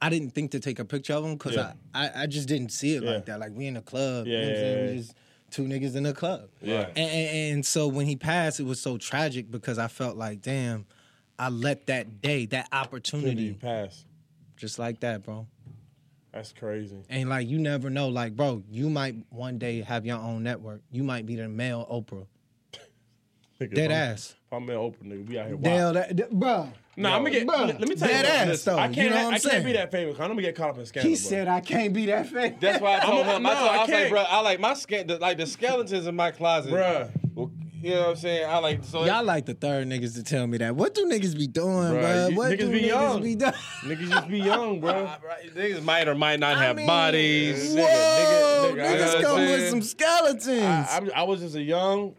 D: I didn't think to take a picture of him because
B: Yeah.
D: I, I I just didn't see it
B: Yeah.
D: like that. Like we in a club, you know
B: Yeah,
D: what I'm
B: yeah,
D: saying?
B: yeah,
D: We
B: yeah.
D: just two niggas in a club.
B: Yeah.
D: And, and, and so when he passed, it was so tragic because I felt like, damn, I let that day, that
B: He
D: opportunity,
B: passed.
D: just like that, bro.
B: That's crazy.
D: And like you never know, like bro, you might one day have your own network. You might be the male Oprah.
B: Nigga,
D: Dead
B: if I'm-
D: ass.
B: If I'm an open nigga, we out here. wild.
D: Damn, that, that- bro.
B: No, I'm gonna get.
F: bruh,
B: let me tell you
D: dead
B: what,
D: ass,
B: listen,
D: though,
B: I
D: you
B: can't.
D: know what
B: I
D: I'm
B: can't
D: saying?
B: be that famous. I'm gonna get caught up in scandal.
F: He
B: bro.
F: said I can't be that fat.
E: That's why I told
B: not-
E: him. I
B: no,
E: told I,
B: I
E: was like,
B: can't.
E: bro, I like my skin. The, like the skeletons in my closet,
B: Bruh.
E: Well, You know what I'm saying? I like so.
D: Y'all like the third niggas to tell me that. What do niggas be doing, bro?
B: you-
D: What
B: niggas
D: do
B: be
D: niggas
B: young.
D: be doing?
B: Niggas just be young, bro.
E: Uh, right, niggas might or might not
D: I
E: have
D: mean,
E: bodies.
D: Whoa,
B: nigga, nigga, nigga, I
D: niggas
B: gotta
D: come
E: say-
D: with some skeletons.
B: I, I, I was just a young,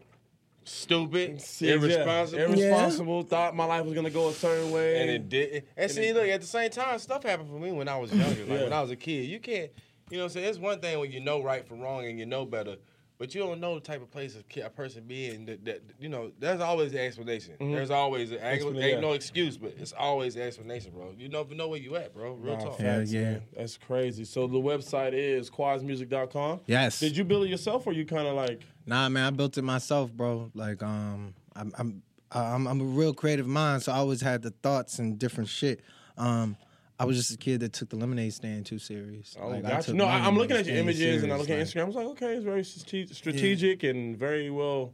E: Stupid,
B: yeah,
E: irresponsible,
B: irresponsible. Thought my life was gonna go a certain way.
E: and it did. And, see, look, at the same time, stuff happened for me when I was younger. Like
B: Yeah.
E: when I was a kid, you can't. You know what I'm saying? It's one thing when you know right from wrong and you know better, but you don't know the type of place a, ki- a person be in. That, that you know, there's always the explanation. There's always an
B: Explanation,
E: ain't
B: yeah.
E: no excuse, but it's always the explanation, bro. You never know where you at, bro. Real
B: Nah,
E: talk.
D: Hell
B: facts,
D: yeah.
B: man. that's crazy. So the website is quasmusic.com.
D: Yes.
B: Did you build it yourself, or you kind of like?
D: Nah, man, I built it myself, bro. Like, um, I'm, I'm, I'm, I'm a real creative mind, so I always had the thoughts and different shit. Um, I was just a kid that took the lemonade stand too serious.
B: Oh,
D: Like, I
B: gotcha.
D: took
B: No,
D: my
B: I, I'm looking
D: lemonade
B: at your
D: stand
B: images and I
D: serious,
B: look at
D: like-
B: Instagram. I was like, okay, it's very strate- strategic and very well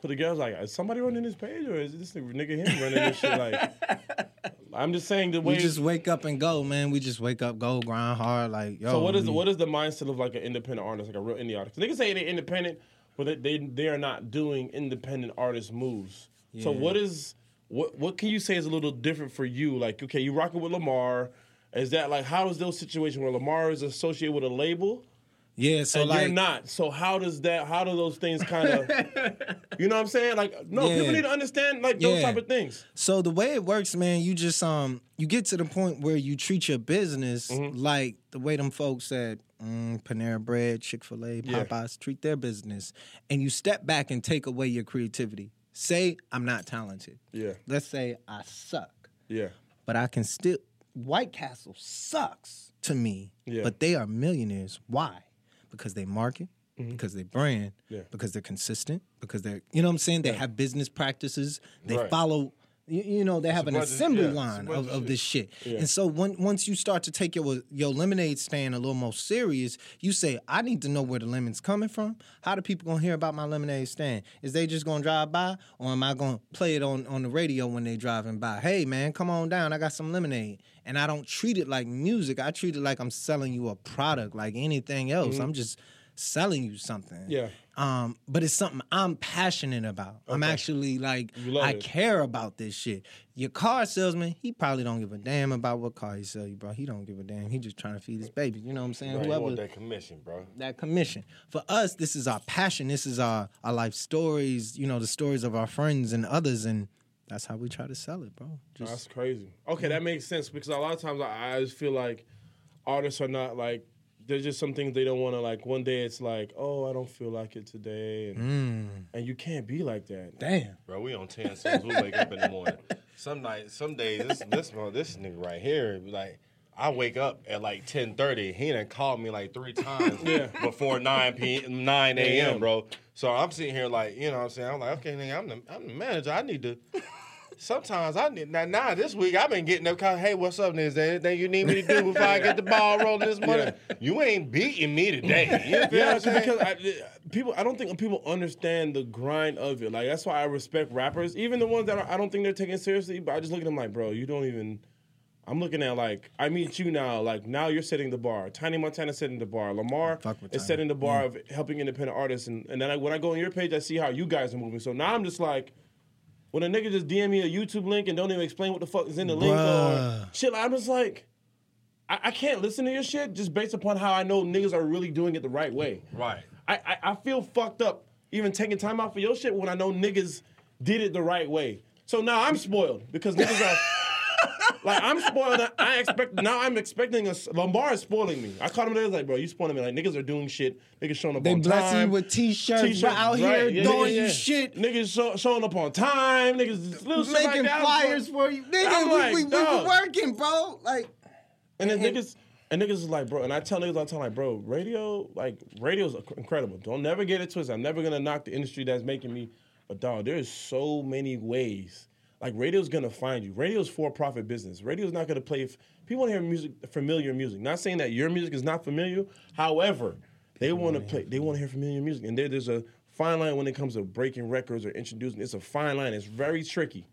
B: put together. I was like, is somebody running this page or is this nigga him running this shit? Like, I'm just saying the way.
D: We just wake up and go, man. We just wake up, go, grind hard. Like, yo.
B: so what is
D: we-
B: what is the mindset of like an independent artist, like a real indie artist? Niggas say they're independent, but they they, they are not doing independent artist moves. So
D: Yeah.
B: what is what what can you say is a little different for you? Like, okay, you rocking with Lamar. Is that like how is those situation where Lamar is associated with a label?
D: Yeah, so
B: and
D: like.
B: you're not. So how does that? How do those things kind of? you know what I'm saying? Like, no,
D: Yeah.
B: people need to understand like those
D: Yeah.
B: type of things.
D: So the way it works, man, you just um you get to the point where you treat your business
B: Mm-hmm.
D: like the way them folks at mm, Panera Bread, Chick Fil A,
B: Yeah.
D: Popeyes treat their business, and you step back and take away your creativity. Say I'm not talented.
B: Yeah,
D: Let's say I suck,
B: yeah,
D: but I can still. White Castle sucks to me,
B: Yeah.
D: but they are millionaires. Why? Because they market.
E: Mm-hmm.
D: Because they brand,
B: Yeah.
D: because they're consistent, because they're you know what I'm saying. They have business practices. They
B: Right.
D: follow. You, you know they have an
E: bunch of-
D: assembly
E: yeah, it's a
D: line
E: bunch
D: of,
E: of
D: of this shit. And so when, once you start to take your your lemonade stand a little more serious, you say, I need to know where the lemon's coming from. How do people gonna hear about my lemonade stand? Is they just gonna drive by, or am I gonna play it on on the radio when they driving by? Hey man, come on down. I got some lemonade. And I don't treat it like music. I treat it like I'm selling you a product, like anything else. I'm just selling you something.
B: Yeah.
D: Um, but it's something I'm passionate about. I'm actually like
B: You love
D: I
B: it.
D: care about this shit. Your car salesman, he probably don't give a damn about what car he sell you, bro. He don't give a damn. He just trying to feed his baby. You know what I'm saying?
E: Bro, you
D: Whoever
E: want
D: that.
E: that commission, bro.
D: commission. For us, this is our passion. This is our our life stories. You know, the stories of our friends and others, and that's how we try to sell it, bro. Just
B: that's crazy. Okay, that makes sense because a lot of times I, I just feel like artists are not like. There's just some things they don't want to like. One day it's like, oh, I don't feel like it today, and, and you can't be like that.
D: damn.
E: Bro, we on ten cents. We wake up in the morning. Some nights, some days, this this mo- this nigga right here, like I wake up at like ten thirty. He done called me like three times before nine p nine a.m. Bro, so I'm sitting here like you know what I'm saying I'm like okay nigga I'm the I'm the manager I need to. Sometimes I need now. Now this week I've been getting up. Call, hey, what's up? Is there anything you need me to do before I get the ball rolling this morning? You ain't beating me today. You feel what
B: Yeah,
E: I'm
B: it's
E: saying?
B: because I, th- people, I don't think people understand the grind of it. Like that's why I respect rappers, even the ones that are, I don't think they're taking seriously. But I just look at them like, bro, you don't even. I'm looking at like I meet you now. Like now you're setting the bar. Tiny Montana setting the bar. Lamar
D: Fuck with
B: is
D: Tiny. Mm.
B: setting the bar of helping independent artists. And and then I, when I go on your page, I see how you guys are moving. So now I'm just like. When a nigga just DM me a YouTube link and don't even explain what the fuck is in the link or
D: Bruh.
B: shit, like, I'm just like, I, I can't listen to your shit just based upon how I know niggas are really doing it the right way.
E: Right.
B: I, I, I feel fucked up even taking time out for your shit when I know niggas did it the right way. So now I'm spoiled because niggas are. Like I'm spoiled. I- I expect now. I'm expecting a s- Lamar is spoiling me. I caught him there. Like, bro, you spoiling me. Like niggas are doing shit. Niggas showing up.
D: They
B: on
D: blessing
B: time.
D: you with t-shirts,
B: T-shirts,
D: but out here
B: right, yeah,
D: doing
B: yeah, yeah.
D: you shit,
B: Niggas show, showing up on time. Niggas little shit like
D: making
B: that.
D: flyers for you. Nigga,
B: I'm
D: we,
B: like,
D: we, we
B: dog.
D: were working, bro. Like,
B: And then niggas and niggas is like, bro, and I tell niggas all the time, like, bro, radio, like, radio's inc- incredible. Don't never get it twisted. I'm never gonna knock the industry that's making me, but dog, there's so many ways. Like radio's gonna find you. Radio's for profit business. Radio's not gonna play. F- People want to hear music, familiar music. Not saying that your music is not familiar. However, they want to play. They want to hear familiar music, and there, there's a fine line when it comes to breaking records or introducing. It's a fine line. It's very tricky,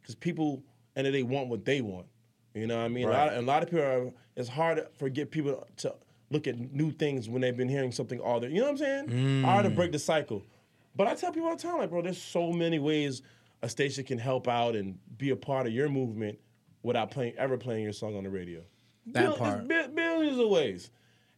B: because people and they want what they want. You know what I mean? A, lot of, a lot of people are, it's hard for get people to look at new things when they've been hearing something all their, you know what I'm saying? Hard to break the cycle. But I tell people all the time, like, bro, there's so many ways a station can help out and be a part of your movement without playing ever playing your song on the radio.
D: That
B: Bil-
D: part.
B: there's bi- billions of ways.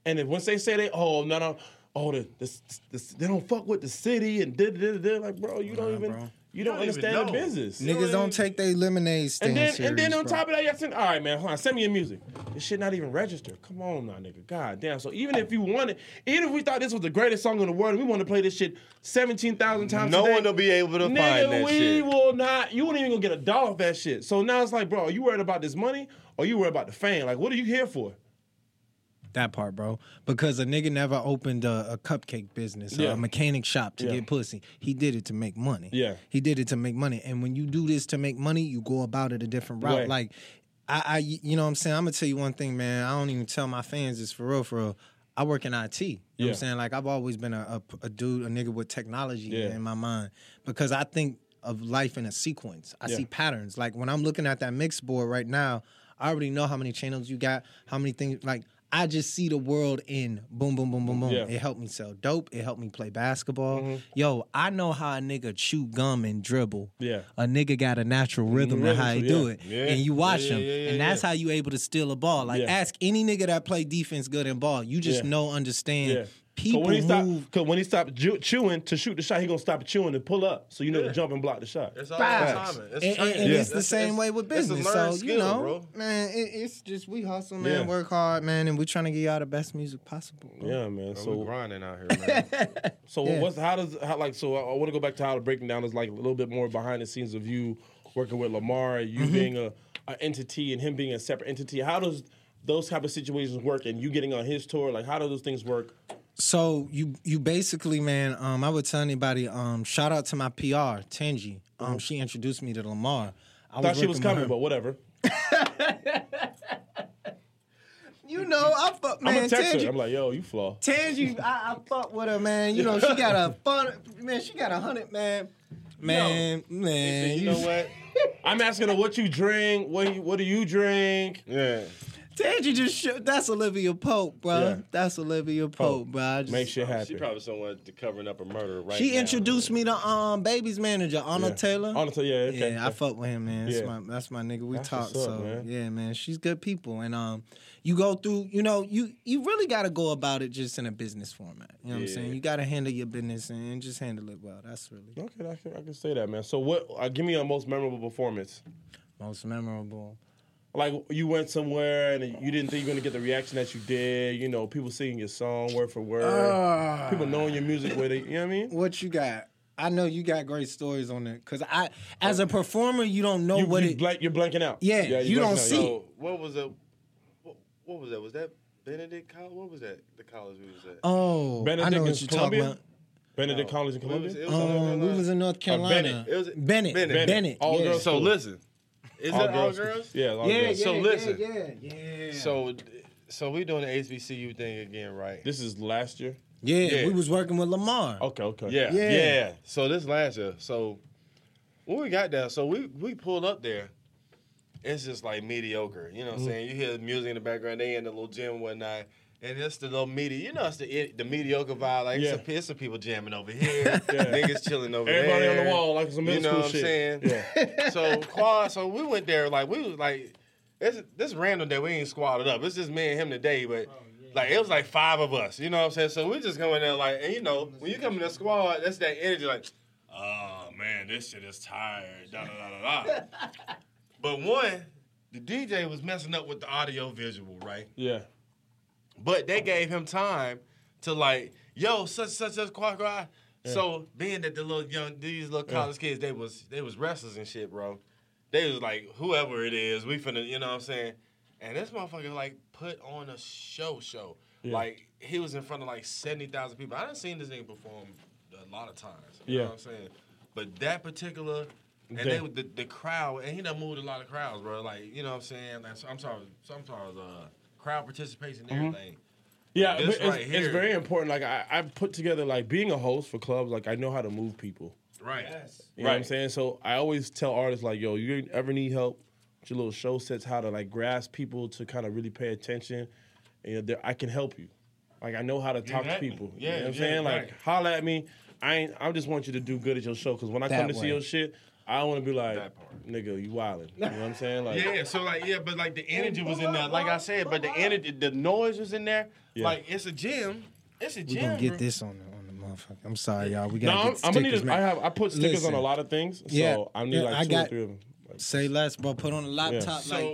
B: And if once they say they, oh, no, no, oh, the, the, the, they don't fuck with the city and da da da da, like, bro, you don't even,
D: bro.
B: you don't,
E: don't even
B: understand the
E: know.
B: business.
D: niggas don't take their lemonade stand
B: And then,
D: serious,
B: and then on
D: bro.
B: top of that, y'all send, all right, man, hold on, send me your music. This shit not even registered. Come on now, nigga. God damn. So even if you wanted, even if we thought this was the greatest song in the world and we want to play this shit 17,000 times
E: No
B: a day,
E: one will be able to find
B: nigga,
E: that
B: we
E: shit.
B: will not, you ain't even gonna get a dollar off that shit. So now it's like, bro, are you worried about this money or you worried about the fame? Like, what are you here for?
D: That part, bro. Because a nigga never opened a, a cupcake business or
B: Yeah.
D: a mechanic shop to
B: Yeah.
D: get pussy. He did it to make money.
B: Yeah.
D: He did it to make money. And when you do this to make money, you go about it a different route.
B: Right.
D: Like, I, I, you know what I'm saying? I'm going to tell you one thing, man. I don't even tell my fans this for real, for real. I work in IT. You know what
B: Yeah.
D: I'm saying? Like, I've always been a, a, a dude, a nigga with technology
B: Yeah.
D: in my mind because I think of life in a sequence. I
B: Yeah.
D: see patterns. Like when I'm looking at that mix board right now, I already know how many channels you got, how many things. Like I just see the world in boom, boom, boom, boom, boom.
B: Yeah. Mm-hmm.
D: It helped me sell dope. It helped me play basketball. Yo, I know how a nigga chew gum and dribble.
B: Yeah.
D: a nigga got a natural rhythm
B: Rhythm,
D: and how he
B: yeah.
D: do it,
E: Yeah.
D: and you watch
E: Yeah, yeah,
D: him,
E: yeah, yeah,
D: and that's how you able to steal a ball. Like
B: Yeah.
D: ask any nigga that play defense good in ball, you just
B: Yeah.
D: know understand.
B: Yeah.
D: People
B: Cause when he stop,
D: move.
B: cause when he stop ju- chewing to shoot the shot, he gonna stop chewing and pull up, so you know to
E: Yeah.
B: jump and block the shot.
E: It's all
D: Facts.
E: timing.
D: And, and-
E: training.
D: and
E: Yeah.
D: it's the
E: It's-
D: same
E: it's-
D: way with
E: it's a
D: business.
E: learned
D: So you
E: skill,
D: know,
E: bro.
D: man, it, it's just we hustle, man,
B: Yeah.
D: work hard, man, and we're trying to get y'all the best music possible. Bro.
B: Yeah, man.
E: Bro,
B: So
E: Oh, we grinding out here, man.
B: So
D: Yeah.
B: what's how does how like so I, want to go back to how the breaking down is like a little bit more behind the scenes of you working with Lamar, you
D: Mm-hmm.
B: being a, a entity and him being a separate entity. How does those type of situations work and you getting on his tour? Like how do those things work?
D: So you you basically, man, um, I would tell anybody, um, shout out to my PR, Tenji. Um, she introduced me to Lamar. I
B: Thought she
D: working
B: was
D: with
B: coming,
D: her.
B: but whatever.
D: you know, I fuck
B: I'm
D: man,
B: gonna text
D: Tenji.
B: her. I'm like, yo, you flaw.
D: Tangie, I, I fuck with her, man. You know, she got a fun, man. She got a hundred, man, man, man.
E: you know what?
B: I'm asking her what you drink, what you, what do you drink?
E: Yeah.
D: Tangie just sh- that's Olivia Pope, bro.
B: Yeah.
D: That's Olivia Pope, bro. I just,
B: Make shit
E: She
B: happen.
E: probably someone to covering up a murder right
D: She
E: now.
D: introduced me to um baby's manager, Arnold Taylor.
B: Honestly, yeah, okay.
D: Yeah, I fuck with him, man. That's
B: Yeah.
D: my that's my nigga. We
B: That's
D: talk,
B: what's
D: so
B: up, man.
D: yeah, man. She's good people, and um, you go through, you know, you you really got to go about it just in a business format. You know what I'm saying? You got to handle your business and, and just handle it well. That's really
B: Okay, I can, I can say that, man. So what? Uh, give me your most memorable performance.
D: most memorable.
B: like you went somewhere and you didn't think you were gonna get the reaction that you did. You know, people singing your song word for word,
D: Ah.
B: people knowing your music with it. You know what I mean?
D: Uh, What you got? I know you got great stories on it, cause I, as a performer, you don't know
B: You,
D: what
B: you
D: it.
B: blank, you're blanking out.
D: Yeah,
B: you're
D: you don't
B: blanking out.
D: see.
E: So what was a? What was that? Was that Benedict College? What was that? The college we was
B: Uh,
E: at?
D: Oh, I
B: Benedict
D: know
B: in
D: what you're talking
B: Columbia?
D: about.
B: Benedict
E: No.
B: College in
E: We was-
B: Columbia.
E: it was on
D: Um,
E: North
D: we was in North
B: Uh, Bennett.
D: Carolina.
E: It was-
D: Bennett.
E: Bennett.
D: Bennett.
B: All
D: yeah.
B: girls
E: So listen, is
B: All
E: that all
B: girls.
E: girls?
B: Yeah, all
F: Yeah, yeah,
B: girls.
E: So
F: yeah,
E: listen.
F: yeah, yeah.
E: So, so we doing the HBCU thing again, right?
B: This is last year.
D: Yeah,
E: Yeah.
D: we was working with Lamar.
B: Okay, okay.
E: Yeah, yeah.
D: Yeah.
E: So this last year, so when we got there, so we we pulled up there. It's just like mediocre, you know. what
B: Mm-hmm.
E: I'm saying you hear the music in the background, they in the little gym and whatnot, and it's the little media, you know, it's the the mediocre vibe. Like it's, a, it's some people jamming over here, niggas chilling over
B: Everybody
E: there.
B: on the wall like some middle
E: you know
B: school
E: what I'm
B: shit.
E: saying? so quad, so we went there like we was like it's this random that we ain't squatted up. It's just me and him today, but like it was like five of us. You know what I'm saying? So we just going there like and you know when you come in the squad, that's that energy like, oh man, this shit is tired. Da da da da da. but one, the DJ was messing up with the audio visual, right?
B: Yeah.
E: But they gave him time to like, yo, such such such quack quack. So being that the little young these little college kids, they was they was wrestlers and shit, bro. They was like, whoever it is, we finna, you know what I'm saying? And this motherfucker like put on a show show. Like he was in front of like seventy thousand people. I done seen this nigga perform a lot of times. You
B: Yeah.
E: know what I'm saying? But that particular and
B: Day.
E: they, the, the crowd and he done moved a lot of crowds, bro. Like, you know what I'm saying? Like, I'm sorry, sometimes uh crowd participation and
B: Mm-hmm.
E: everything.
B: Yeah,
E: This
B: but it's,
E: right
B: it's
E: here.
B: very important. Like I, I put together like being a host for clubs. Like I know how to move people.
E: Right.
B: You know what I'm
E: Right.
B: saying? So I always tell artists like, yo, you ever need help with your little show sets, how to like grasp people to kind of really pay attention. And you know, there- I can help you. Like I know how to talk to
E: got me.
B: people.
E: Yeah,
B: you know what I'm
E: yeah,
B: saying? Like
E: right.
B: holla at me. I ain't I just want you to do good at your show because when I come
D: That
B: to see
D: way.
B: your shit, I want to be like,
E: That part.
B: nigga, you wildin'. You know what I'm saying? Like,
E: Yeah, so like yeah, but like the energy was in there. Like I said, but the energy, the noise was in there.
B: Yeah.
E: Like it's a gym. It's a
D: we
E: gym.
D: gonna get
E: bro.
D: this on the on the motherfucker. I'm sorry, y'all. We
B: no,
D: gotta
B: I'm,
D: get
B: I'm gonna need.
D: stickers,
B: A, I
D: man.
B: have I put stickers
D: Listen.
B: on a lot of things, so
D: Yeah.
B: I need
D: Yeah,
B: like
D: I
B: two or
D: got-
B: three of them. Like,
D: Say less, bro. Put on a laptop.
E: So-
D: Like,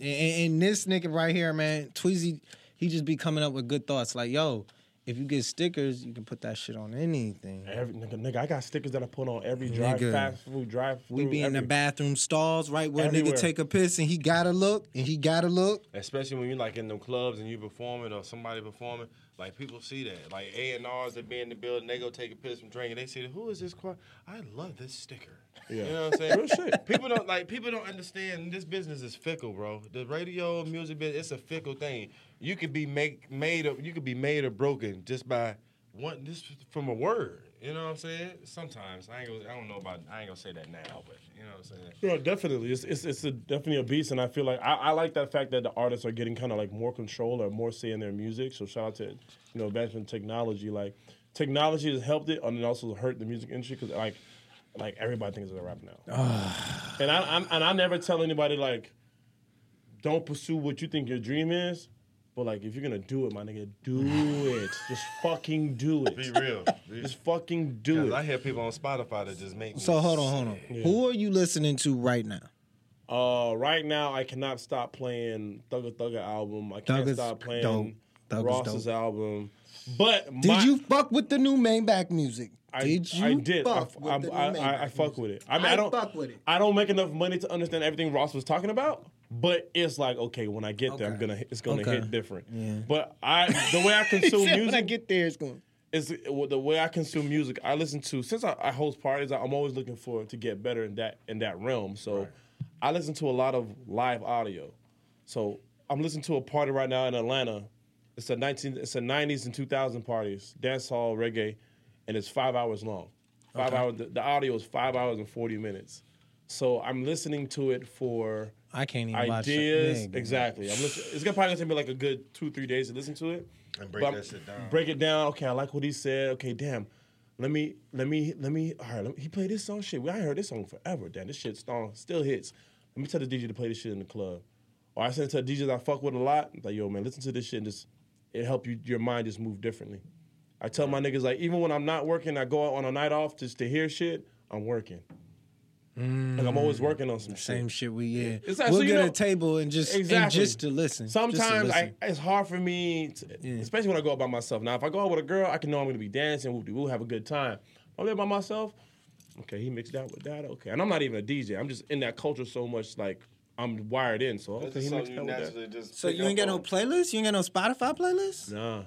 D: and, and- and this nigga right here, man, Tweezy, he just be coming up with good thoughts. Like, yo, if you get stickers, you can put that shit on anything.
B: Every nigga, nigga, I got stickers that I put on every drive,
D: Nigga.
B: fast food drive.
D: We be in the bathroom stalls, right where
B: Everywhere.
D: nigga take a piss, and he gotta look, and he gotta look.
E: Especially when you like in them clubs and you performing or somebody performing, like people see that. Like A and R's that be in the building, they go take a piss from drink and they see who is this choir? I love this sticker.
B: Yeah.
E: You know what I'm saying?
B: Real shit.
E: People don't like people don't understand this business is fickle, bro. The radio music business, it's a fickle thing. You could be make made of you could be made or broken just by one this from a word. You know what I'm saying? Sometimes I ain't gonna, I don't know about I ain't gonna say that now, but you know what I'm saying.
B: Yeah, definitely. It's it's, it's a, definitely a beast, and I feel like I, I like that fact that the artists are getting kind of like more control or more say in their music. So shout out to you know advancement in technology. Like technology has helped it, and it also hurt the music industry because like like everybody thinks they're a rapper now. and I I'm, and I never tell anybody like don't pursue what you think your dream is. But like, if you're gonna do it, my nigga, do it. Just fucking do it.
E: Be real. Be-
B: Just fucking do
E: 'cause I
B: it.
E: hear people on Spotify that just make me
D: So hold on, hold on. Who are you listening to right now?
B: Uh, right now, I cannot stop playing Thugga Thugga album. I can't
D: Thugga's
B: stop playing
D: dope. Thugga's
B: Ross's
D: dope.
B: album. But
D: Did you fuck with the new main back music?
B: I,
D: did you?
B: I did. I,
F: fuck
B: f-
F: with
B: I-
F: the new
B: I-
F: Maybach
B: I- I fuck
F: music?
B: with it. I mean, I,
F: I
B: don't
F: fuck with it.
B: I don't make enough money to understand everything Ross was talking about. But it's like okay, when I get there, I'm
D: Okay.
B: gonna it's gonna
D: Okay.
B: hit different.
D: Yeah.
B: But I the way I consume
D: Except
B: music,
D: when I get there, it's going.
B: is well, the way I consume music. I listen to since I, I host parties. I'm always looking for to get better in that in that realm. So I listen to a lot of live audio. So I'm listening to a party right now in Atlanta. It's a 19, it's a 90s and 2000 parties, dance hall reggae, and it's five hours long. Five hours. The, the audio is five hours and 40 minutes. So I'm listening to it for
D: I can't even watch
B: ideas.
D: it. Nigga.
B: Exactly. I'm listening. It's gonna probably gonna take me like a good two, three days to listen to it.
E: And break
B: But
E: that
B: I'm-
E: shit down.
B: Break it down. Okay, I like what he said. Okay, damn. Let me, let me, let me. All right, let me, he played this song. Shit, we I ain't heard this song forever. Damn, this shit still, still hits. Let me tell the DJ to play this shit in the club. Or I send it to the DJs I fuck with a lot. Like, yo, man, listen to this shit and just it help you your mind just move differently. I tell my niggas like, even when I'm not working, I go out on a night off just to hear shit. I'm working. Like I'm always working on some shit.
D: Mm. Same shit we yeah.
B: It's like-
D: we'll
B: so you
D: get
B: know-
D: a table and just and
B: Exactly.
D: just to listen. Just to
B: Sometimes I,
D: listen.
B: it's hard for me, to, especially when I go out by myself. Now, if I go out with a girl, I can know I'm going to be dancing. We'll, we'll have a good time. If I'm there by myself. Okay, he mixed that with that. Okay, and I'm not even a DJ. I'm just in that culture so much. Like I'm wired in, so okay,
E: That's
B: he
E: something
B: mixed
E: you
B: up with
E: naturally
B: that.
E: just
D: So
E: pick
D: you ain't
E: up
D: got no
E: on.
D: playlist? You ain't got no Spotify playlist?
B: Nah.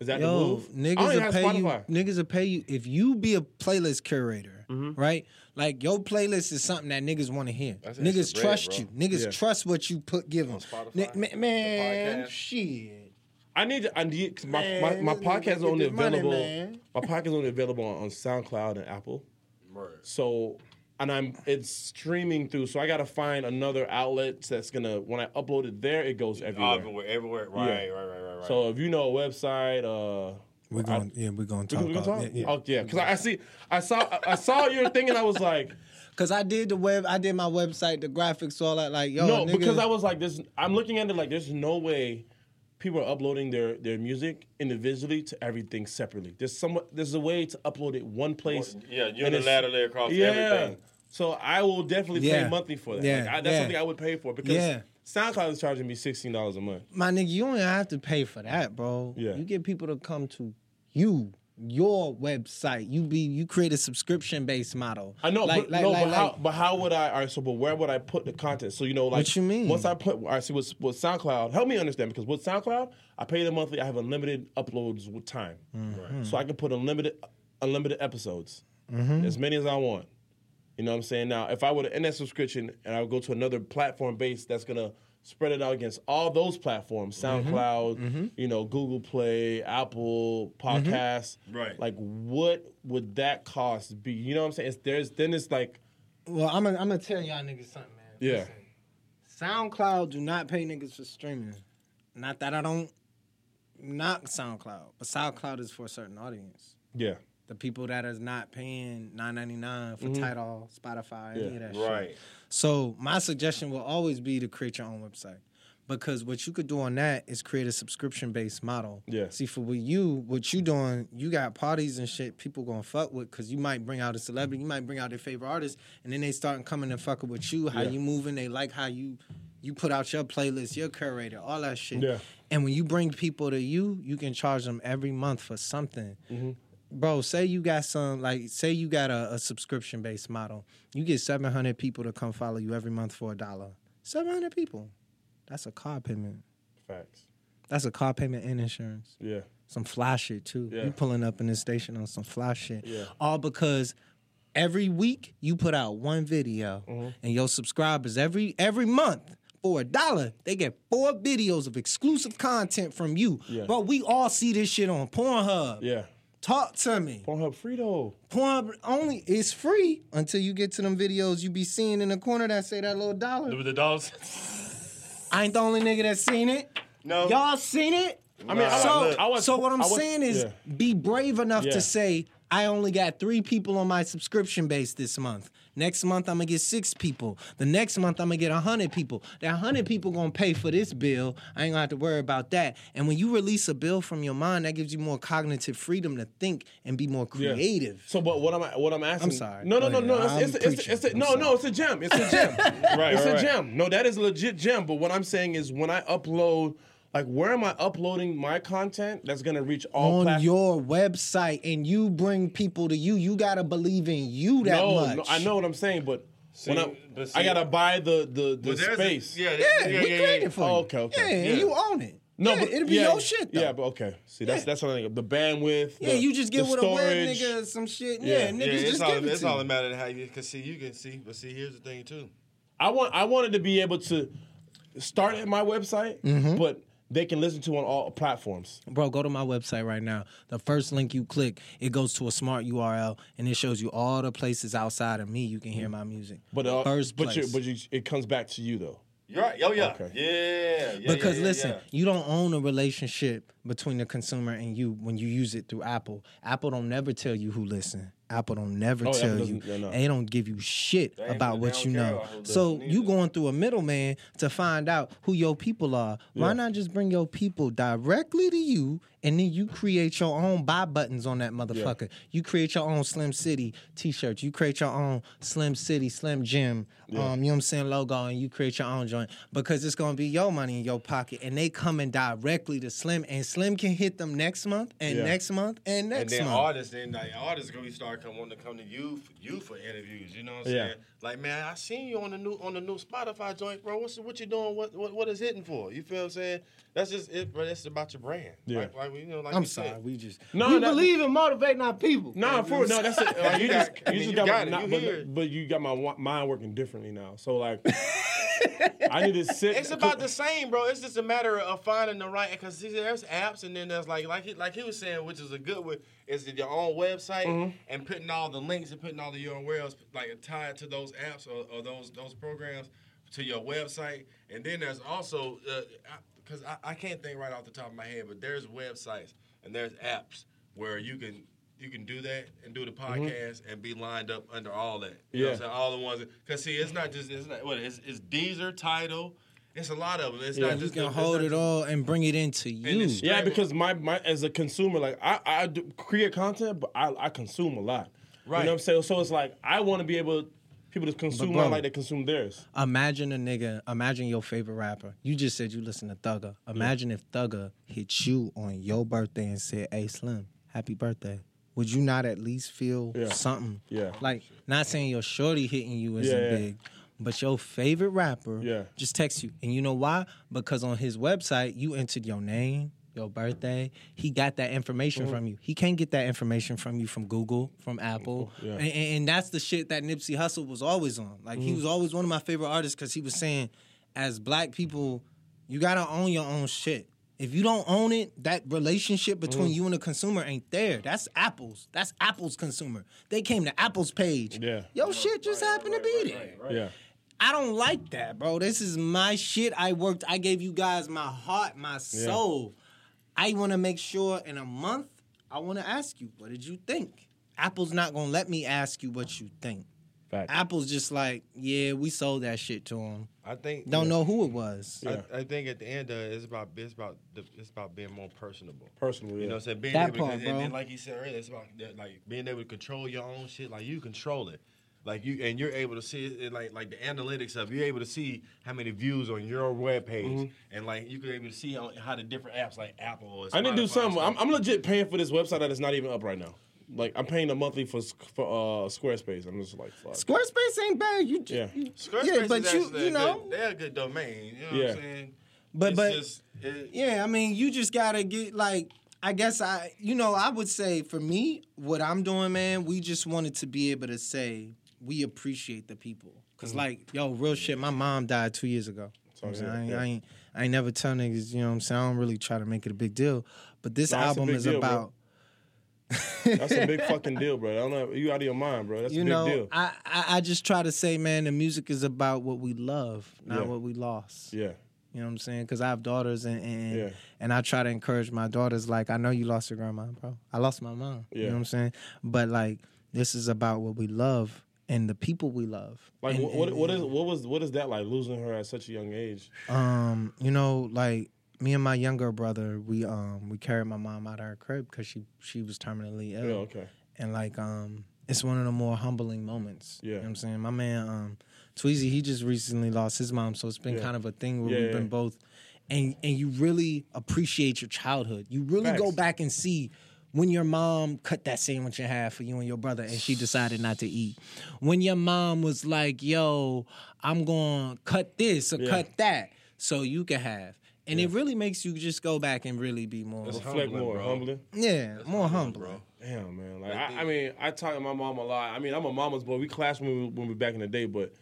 B: Is that the
D: Yo,
B: move? I don't
D: niggas
B: even
D: will
B: have
D: pay
B: Spotify.
D: you. Niggas will pay you if you be a playlist curator,
B: Mm-hmm.
D: right? Like your playlist is something that niggas want to hear.
E: That's extra
D: Niggas
E: bread,
D: trust
E: bro.
D: you. Niggas
B: Yeah.
D: trust what you put give them.
E: Spotify, the
D: man,
E: podcast.
D: shit.
B: I need to. I need 'cause my
D: Man,
B: my, my
D: this nigga
B: podcast is
D: get
B: only
D: this money,
B: available.
D: man.
B: my podcast is only available on, on SoundCloud and Apple.
E: Word.
B: So and I'm it's streaming through. So I gotta find another outlet that's gonna when I upload it there, it goes everywhere.
E: Everywhere, everywhere. Right,
B: Yeah.
E: right, right, right, right.
B: So if you know a website, uh,
D: We're going yeah, we're going to
B: we
D: talk
B: can- we can
D: about it.
B: talk.
D: Yeah.
B: Oh yeah, because I, I see, I saw, I- I saw your thing, and I was like,
D: Cause I did the web, I did my website, the graphics, all that. Like, yo,
B: no,
D: nigga,
B: because I was like, this. I'm looking at it like there's no way people are uploading their their music individually to everything separately. There's some there's a way to upload it one place.
E: yeah,
B: and it's-
E: unilaterally across everything.
B: So I will definitely
D: Yeah.
B: pay monthly for that.
D: Yeah,
B: Like, I, that's
D: yeah.
B: something I would pay for because
D: Yeah.
B: SoundCloud is charging me sixteen dollars a month.
D: my nigga, you don't have to pay for that, bro.
B: Yeah.
D: You get people to come to you, your website. You be you create a subscription based model.
B: I know,
D: like,
B: but,
D: like,
B: no,
D: like,
B: but, how, but how would I? All right, so but where would I put the content? So you know, like,
D: What you mean?
B: Once I put, all right, see, with, with SoundCloud, help me understand because with SoundCloud, I pay them monthly. I have unlimited uploads with time,
D: Mm-hmm.
B: so I can put unlimited, unlimited episodes, as many as I want. You know what I'm saying? Now, if I were to end that subscription and I would go to another platform base, that's gonna spread it out against all those platforms: SoundCloud, you know, Google Play, Apple Podcasts.
E: Right.
B: Like, what would that cost be? You know what I'm saying? It's, there's then it's like,
D: well, I'm gonna I'm gonna tell y'all niggas something, man.
B: yeah,
D: SoundCloud do not pay niggas for streaming. Not that I don't knock SoundCloud, but SoundCloud is for a certain audience.
B: yeah,
D: The people that is not paying 9.99
B: Mm-hmm.
D: for Tidal, Spotify, any of that shit.
E: Right.
D: So my suggestion will always be to create your own website. Because what you could do on that is create a subscription based model.
B: Yeah.
D: See, for with you, what you doing, you got parties and shit people gonna fuck with because you might bring out a celebrity, you might bring out their favorite artist, and then they start coming and fucking with you, how
B: Yeah.
D: you moving, they like how you you put out your playlist, your curator, all that shit.
B: Yeah.
D: And when you bring people to you, you can charge them every month for something
B: Mm-hmm.
D: bro say you got some like say you got a, a subscription based model you get 700 people to come follow you every month for a dollar 700 people that's a car payment
B: facts,
D: that's a car payment and insurance
B: yeah,
D: some fly shit too
B: Yeah.
D: you pulling up in this station on some fly shit
B: Yeah.
D: all because every week you put out one video
B: Mm-hmm.
D: and your subscribers every every month for a dollar, they get four videos of exclusive content from you.
B: Yeah.
D: Bro, we all see this shit on Pornhub.
B: yeah.
D: Talk to me.
B: Pornhub free though.
D: Pornhub only is free until you get to them videos you be seeing in the corner that say that little dollar.
E: the dogs.
D: I ain't the only nigga that seen it.
E: No.
D: Y'all seen it? I
B: mean, I
D: so,
B: was- I was-
D: so what I'm
B: I was-
D: saying is
B: yeah.
D: be brave enough
B: Yeah.
D: to say, I only got three people on my subscription base this month. Next month I'm gonna get six people. The next month I'm gonna get hundred people. That hundred people gonna pay for this bill. I ain't gonna have to worry about that. And when you release a bill from your mind, that gives you more cognitive freedom to think and be more
B: Yeah.
D: creative.
B: So, but what am I? What I'm asking?
D: sorry.
B: No, no, no,
D: Go
B: no.
D: ahead.
B: It's, it's,
D: I'm
B: it's, it's,
D: preaching.
B: no,
D: I'm
B: no. It's a gem. It's a gem.
E: Right,
B: It's
E: right,
B: a
E: right.
B: gem. No, that is a legit gem. But what I'm saying is, when I upload, like, where am I uploading my content that's gonna reach all
D: on
B: platforms?
D: your website and you bring people to you. You gotta believe in you that
B: no,
D: much.
B: no, I know what I'm saying, but when I,
E: but
B: I
E: see-
B: gotta buy the the, the
E: But there's a-
B: space.
E: Yeah,
D: Yeah, we created
E: yeah.
D: for you.
B: Oh, okay, okay.
D: Yeah, and
B: Yeah.
D: you own it.
B: No,
D: Yeah,
B: but
D: it'll be
B: yeah,
D: your shit though.
B: Yeah, but okay. See, that's that's what I think. The bandwidth.
D: Yeah,
B: the-
D: you just get
B: the
D: with a web
B: storage.
D: nigga or some shit.
B: Yeah.
D: Yeah,
E: Yeah,
D: niggas
E: it's
D: just
E: all,
D: give it
E: it's
D: to
E: all a
D: you.
E: matter of how you can see. You can see, but see, here's the thing too.
B: I want I wanted to be able to start at my website,
D: Mm-hmm.
B: but they can listen to on all platforms.
D: Bro, go to my website right now. The first link you click, it goes to a smart URL and it shows you all the places outside of me you can hear my music.
B: But uh,
D: first
B: but
D: place.
B: you, but you, it comes back to you though.
E: You're right. Oh yeah.
B: Okay.
E: Yeah, yeah. yeah,
D: because
E: yeah,
D: listen,
E: yeah.
D: you don't own a relationship between the consumer and you when you use it through Apple. Apple don't never tell you who listen. Apple don't never
B: Oh, Apple
D: tell you.
B: doesn't- yeah, no.
D: They don't give you shit
E: ain't-
D: about
E: they
D: what
E: don't
D: you
E: care
D: know.
E: about who
D: So
E: listen
D: you
E: either.
D: going through a middleman to find out who your people are. Why not just bring your people directly to you and then you create your own buy buttons on that motherfucker. You create your own Slim City t-shirts. You create your own Slim City, Slim Jim, um, you know what I'm saying, logo, and you create your own joint because it's gonna be your money in your pocket. And they coming directly to Slim and Slim can hit them next month and
B: Yeah.
D: next month and
E: And
D: next
E: then
D: month.
E: artists, then like artists gonna be start come want to come to you for you for interviews. You know what I'm
B: Yeah.
E: saying? Like, man, I seen you on the new on the new Spotify joint, bro. What's what you doing? What what, what is hitting for? You feel what I'm saying? That's just it, bro. That's about your brand.
B: Yeah.
E: Like, like you know, like
D: I'm
E: you
D: sorry,
E: said.
D: we just
B: No,
F: we
B: that-
F: believe in motivating our people.
B: No, for real, no, that's it. Like, you
E: You
B: just,
E: got- I
B: you
E: mean,
B: just
E: you
B: got,
E: got it.
B: my-
E: You
B: but,
E: hear it.
B: but you got my wa- mind working differently now. So like, I need to sit.
E: It's about the same, bro. It's just a matter of finding the right because there's apps and then there's like like he, like he was saying, which is a good one, is your own website and putting all the links and putting all the URLs like tied to those apps or, or those those programs to your website. And then there's also because I, I can't think right off the top of my head, but there's websites and there's apps where you can. You can do that and do the podcast and be lined up under all that. You know what I'm
B: Yeah.
E: saying? All the ones. Because, see, it's not just, it's not, what, it's, it's Deezer, Title. It's a lot of them. It's not
D: you
E: just
D: can
E: the- it's
D: hold
E: not
D: it all and bring it into you.
E: it's-
B: yeah, because my, my as a consumer, like I, I do create content, but I, I consume a lot. You
E: Right.
B: know what I'm saying? So it's like I want to be able people to consume
D: bro-
B: mine like they consume theirs.
D: Imagine a nigga. Imagine your favorite rapper. You just said you listen to Thugger. Imagine if Thugger hit you on your birthday and said, "Hey Slim, happy birthday." Would you not at least feel
B: Yeah.
D: something?
B: Yeah.
D: Like not saying your shorty hitting you isn't
B: Yeah, yeah.
D: big, but your favorite rapper
B: Yeah.
D: just text you. And you know why? Because on his website you entered your name. Your birthday, he got that information
B: Mm-hmm.
D: from you. He can't get that information from you from Google, from Apple,
B: Oh, Yeah.
D: and, and, and that's the shit that Nipsey Hussle was always on. Like
B: Mm-hmm.
D: he was always one of my favorite artists because he was saying, as black people, you gotta own your own shit. If you don't own it, that relationship between
B: Mm-hmm.
D: you and the consumer ain't there. That's Apple's. That's Apple's consumer. They came to Apple's page.
B: Yeah.
D: Yo, shit just happened to be there.
B: Yeah.
D: I don't like that, bro. This is my shit. I worked. I gave you guys my heart, my soul. I want to make sure in a month. I want to ask you, what did you think? Apple's not gonna let me ask you what you think.
B: Fact.
D: Apple's just like, yeah, we sold that shit to him.
E: I think
D: Don't know who it was.
E: I,
B: Yeah.
E: I think at the end of it, it's about it's about the- it's about being more personable.
B: Personally,
E: You know
B: yeah.
E: what I'm saying? Being
D: That
E: able
D: part,
E: to, and,
D: bro.
E: and like you said earlier, it's about that, like being able to control your own shit. Like you control it. Like you and you're able to see it, it like like the analytics of you're able to see how many views on your webpage
D: Mm-hmm.
E: and like you can able to see how, how the different apps like Apple or
B: I need to do
E: Spotify,
B: something. I'm,
E: stuff.
B: I'm legit paying for this website that is not even up right now. Like I'm paying a monthly for Sk- for uh, Squarespace. I'm just like fuck.
D: Squarespace ain't bad. You,
B: yeah.
E: Squarespace
D: yeah,
E: is
D: but you,
E: actually a
D: you know,
E: good, they're a good domain. You know what
B: Yeah.
E: I'm saying?
D: but
E: It's
D: but
E: just, it-
D: Yeah, I mean, you just gotta get like. I guess I, you know, I would say for me, what I'm doing, man, we just wanted to be able to say we appreciate the people. because like, yo, real shit, my mom died two years ago. You know what I'm
B: Mm-hmm. Oh,
D: saying? I,
B: yeah,
D: ain't,
B: yeah.
D: I ain't, I ain't never tell niggas, you know what I'm saying? I don't really try to make it a big deal, but this
B: Nah, it's a
D: album
B: big
D: is
B: deal, bro.
D: about,
B: That's a big fucking deal, bro. I don't know. You out of your mind, bro. That's a
D: you
B: big
D: know,
B: deal.
D: I, I, I just try to say, man, the music is about what we love, not
B: Yeah.
D: what we lost.
B: yeah.
D: You know what I'm saying? Because I have daughters, and and,
B: Yeah.
D: and I try to encourage my daughters. Like, I know you lost your grandma, bro. I lost my mom. You
B: Yeah.
D: know what I'm saying? But like, this is about what we love and the people we love.
B: Like
D: And-
B: what, what
D: and-
B: what is what was what is that like losing her at such a young age?
D: um, you know, like me and my younger brother, we um we carried my mom out of her crib because she she was terminally ill.
B: Yeah, Oh, okay.
D: And like um, it's one of the more humbling moments. You
B: Yeah.
D: know what I'm saying? My man um, Tweezy, he just recently lost his mom, so it's been
B: Yeah.
D: kind of a thing where
B: Yeah,
D: we've
B: yeah.
D: been both, and and you really appreciate your childhood. You really go
B: Facts.
D: back and see. When your mom cut that sandwich in half for you and your brother, and she decided not to eat. When your mom was like, "Yo, I'm gonna cut this or
B: Yeah.
D: cut that," so you can have, and it really makes you just go back and really be more,
B: Reflect
E: Humbling,
B: more,
E: bro.
B: humbling.
D: yeah, more humble.
B: Damn, man. Like I, I mean, I talk to my mom a lot. I mean, I'm a mama's boy. We clashed when we when we back in the day, but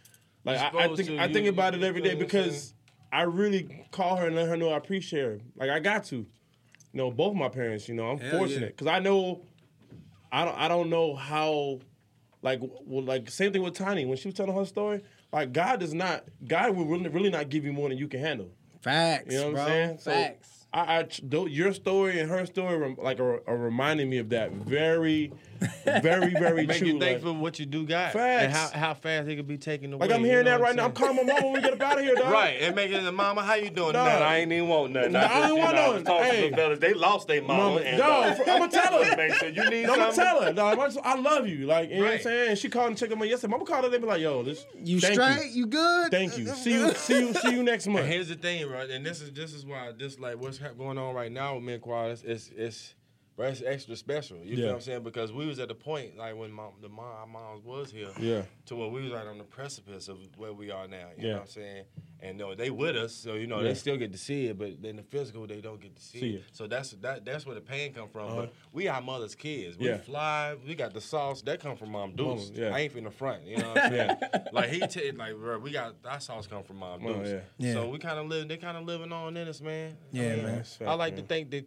B: like I, I
E: Exposed
B: think
E: to
B: I
E: you,
B: think about it
E: you
B: every
E: feel
B: day
E: what I'm saying?
B: because I really call her and let her know I appreciate her. Like I got to, you know, both my parents. You know, I'm
E: yeah.
B: fortunate because I know, I don't I don't know how, like well, like same thing with Tiny when she was telling her story. Like God does not God will really, really not give you more than you can handle.
D: Facts,
B: You know what
D: bro.
B: I'm saying? So,
D: Facts.
B: I, I th- your story and her story rem- like are, are reminding me of that very, very, very
E: Make
B: true.
E: you
B: like,
E: thankful for what you do got and
B: Facts.
E: how, how fast it could be taken away.
B: like, I'm
E: you
B: hearing
E: know
B: that
E: what
B: right now. I'm calling my mom when we get up out of here, dog.
E: Right, and making the mama, how you doing?
B: No.
E: No, I ain't even want nothing.
B: No, I
E: just,
B: ain't
E: you
B: want
E: know, I was
B: nothing.
E: talking
B: Hey.
E: to the fellas, they lost their mama.
B: Mama,
E: and,
B: no,
E: uh,
B: for- I'ma tell her.
E: Make sure you need
B: I'm gonna
E: something.
B: tell her. dog. I just- I love you. Like, you know what I'm
E: Right.
B: saying? And she called and checked on me yesterday. Mama called her. They be like, yo, this.
D: You
B: thank
D: straight? You. good?
B: Thank you. See you. See you. See you next
E: And
B: month.
E: here's the thing, bro, and this is this is why this like what's ha- going on right now with me and Quad, it's it's, it's bro, it's extra special. You
B: Yeah.
E: know what I'm saying? Because we was at the point like when mom, the mom, our moms was here,
B: Yeah.
E: to where we was right on the precipice of where we are now. You
B: Yeah.
E: know what I'm saying? And no, they with us, so you know
B: Yeah.
E: they still get to see it, but in the physical they don't get to see,
B: See
E: it.
B: it.
E: So that's that that's where the pain come from.
B: Uh-huh.
E: But we our mother's kids. We
B: Yeah.
E: fly. We got the sauce that come from Mom Deuce.
B: Mama, yeah.
E: I ain't from the front. You know what I'm saying? like he t- like bro, we got our sauce come from Mom
B: Mama,
E: Deuce.
B: Oh, yeah.
D: Yeah.
E: So we kind of live. They kind of living on in us, man.
D: Yeah,
E: I mean,
D: man.
B: That's fact,
E: I like
B: man.
E: to think that.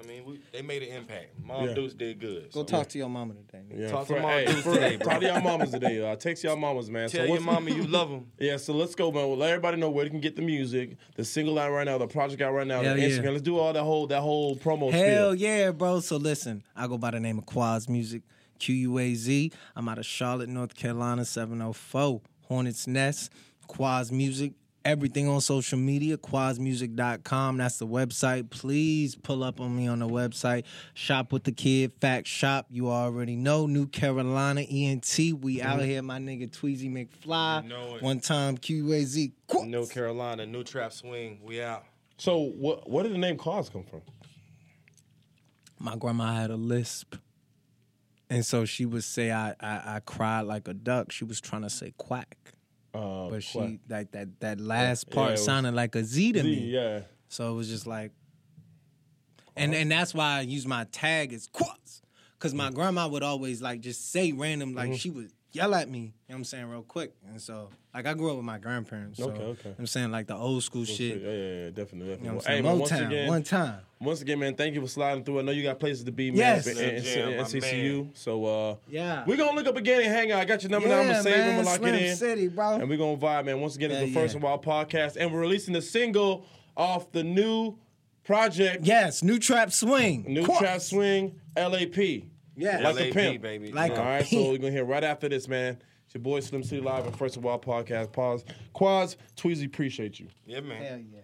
E: I mean, we, they made an impact. Mom
B: Yeah.
E: Deuce did good.
D: Go
E: so-
D: talk to your mama today. nigga.
B: Yeah,
E: Talk to
B: for-
E: Mama
B: hey,
E: Deuce
B: for-
E: today, bro.
B: Talk to y'all mamas today, y'all. Text y'all mamas, man.
E: Tell your
B: what's-
E: mama you love him.
B: Yeah, so let's go, man. Well, let everybody know where they can get the music, the single out right now, the project out right now,
D: Hell
B: the
D: yeah.
B: Instagram. Let's do all that whole that whole promo.
D: Hell
B: spiel.
D: yeah, bro. So listen, I go by the name of Quaz Music, Q U A Z. I'm out of Charlotte, North Carolina, 704, Hornets Nest, Quaz Music. Everything on social media, quazmusic.com. That's the website. Please pull up on me on the website. Shop with the kid, Fact Shop. You already know. New Carolina ENT. We out here, my nigga Tweezy McFly.
E: Mm-hmm. You know it.
D: One time QAZ. Quaz.
E: New Carolina, new trap swing. We out.
B: So what where did the name Cause come from?
D: my grandma had a lisp. And so she would say I, I, I cried like a duck. She was trying to say quack.
B: Uh,
D: But
B: what?
D: she like that that last
B: Yeah,
D: part
B: it was-
D: sounded like a Z to
B: Z,
D: me.
B: yeah.
D: So it was just like and and that's why I use my tag as quats. Cause my grandma would always like just say random,
B: Mm-hmm.
D: like she would yell at me, you know what I'm saying, real quick. And so like I grew up with my grandparents. So
B: Okay, okay.
D: I'm saying like the old school
B: Yeah,
D: shit.
B: yeah, yeah, definitely.
D: You know
B: definitely.
D: what I'm
B: hey,
D: saying?
B: man,
D: one
B: once
D: time,
B: again,
D: one time.
B: once again, man, thank you for sliding through. I know you got places to be, man,
D: Yes.
B: in, in,
E: Yeah,
B: in
E: my
B: CCU. So uh,
D: Yeah.
B: we're gonna look up again and hang out. I got your number now. I'm gonna
D: Yeah,
B: save them
D: man,
B: and lock
D: Slim
B: it in.
D: City, bro.
B: And we're gonna vibe, man. Once again, it's
D: Yeah,
B: the first
D: yeah.
B: and wild podcast, and we're releasing the single off the new project.
D: Yes, new trap swing.
B: New
D: Quats.
B: Trap Swing LAP.
D: Yeah.
B: Like a
E: LAP,
B: pimp.
E: baby.
D: Like
B: All
D: a-
B: right, so we're gonna hear right after this, man. It's your boy Slim City Live and First of All Podcast. Pause. Quads, Tweezy, appreciate you.
E: Yeah, man.
F: Hell yeah.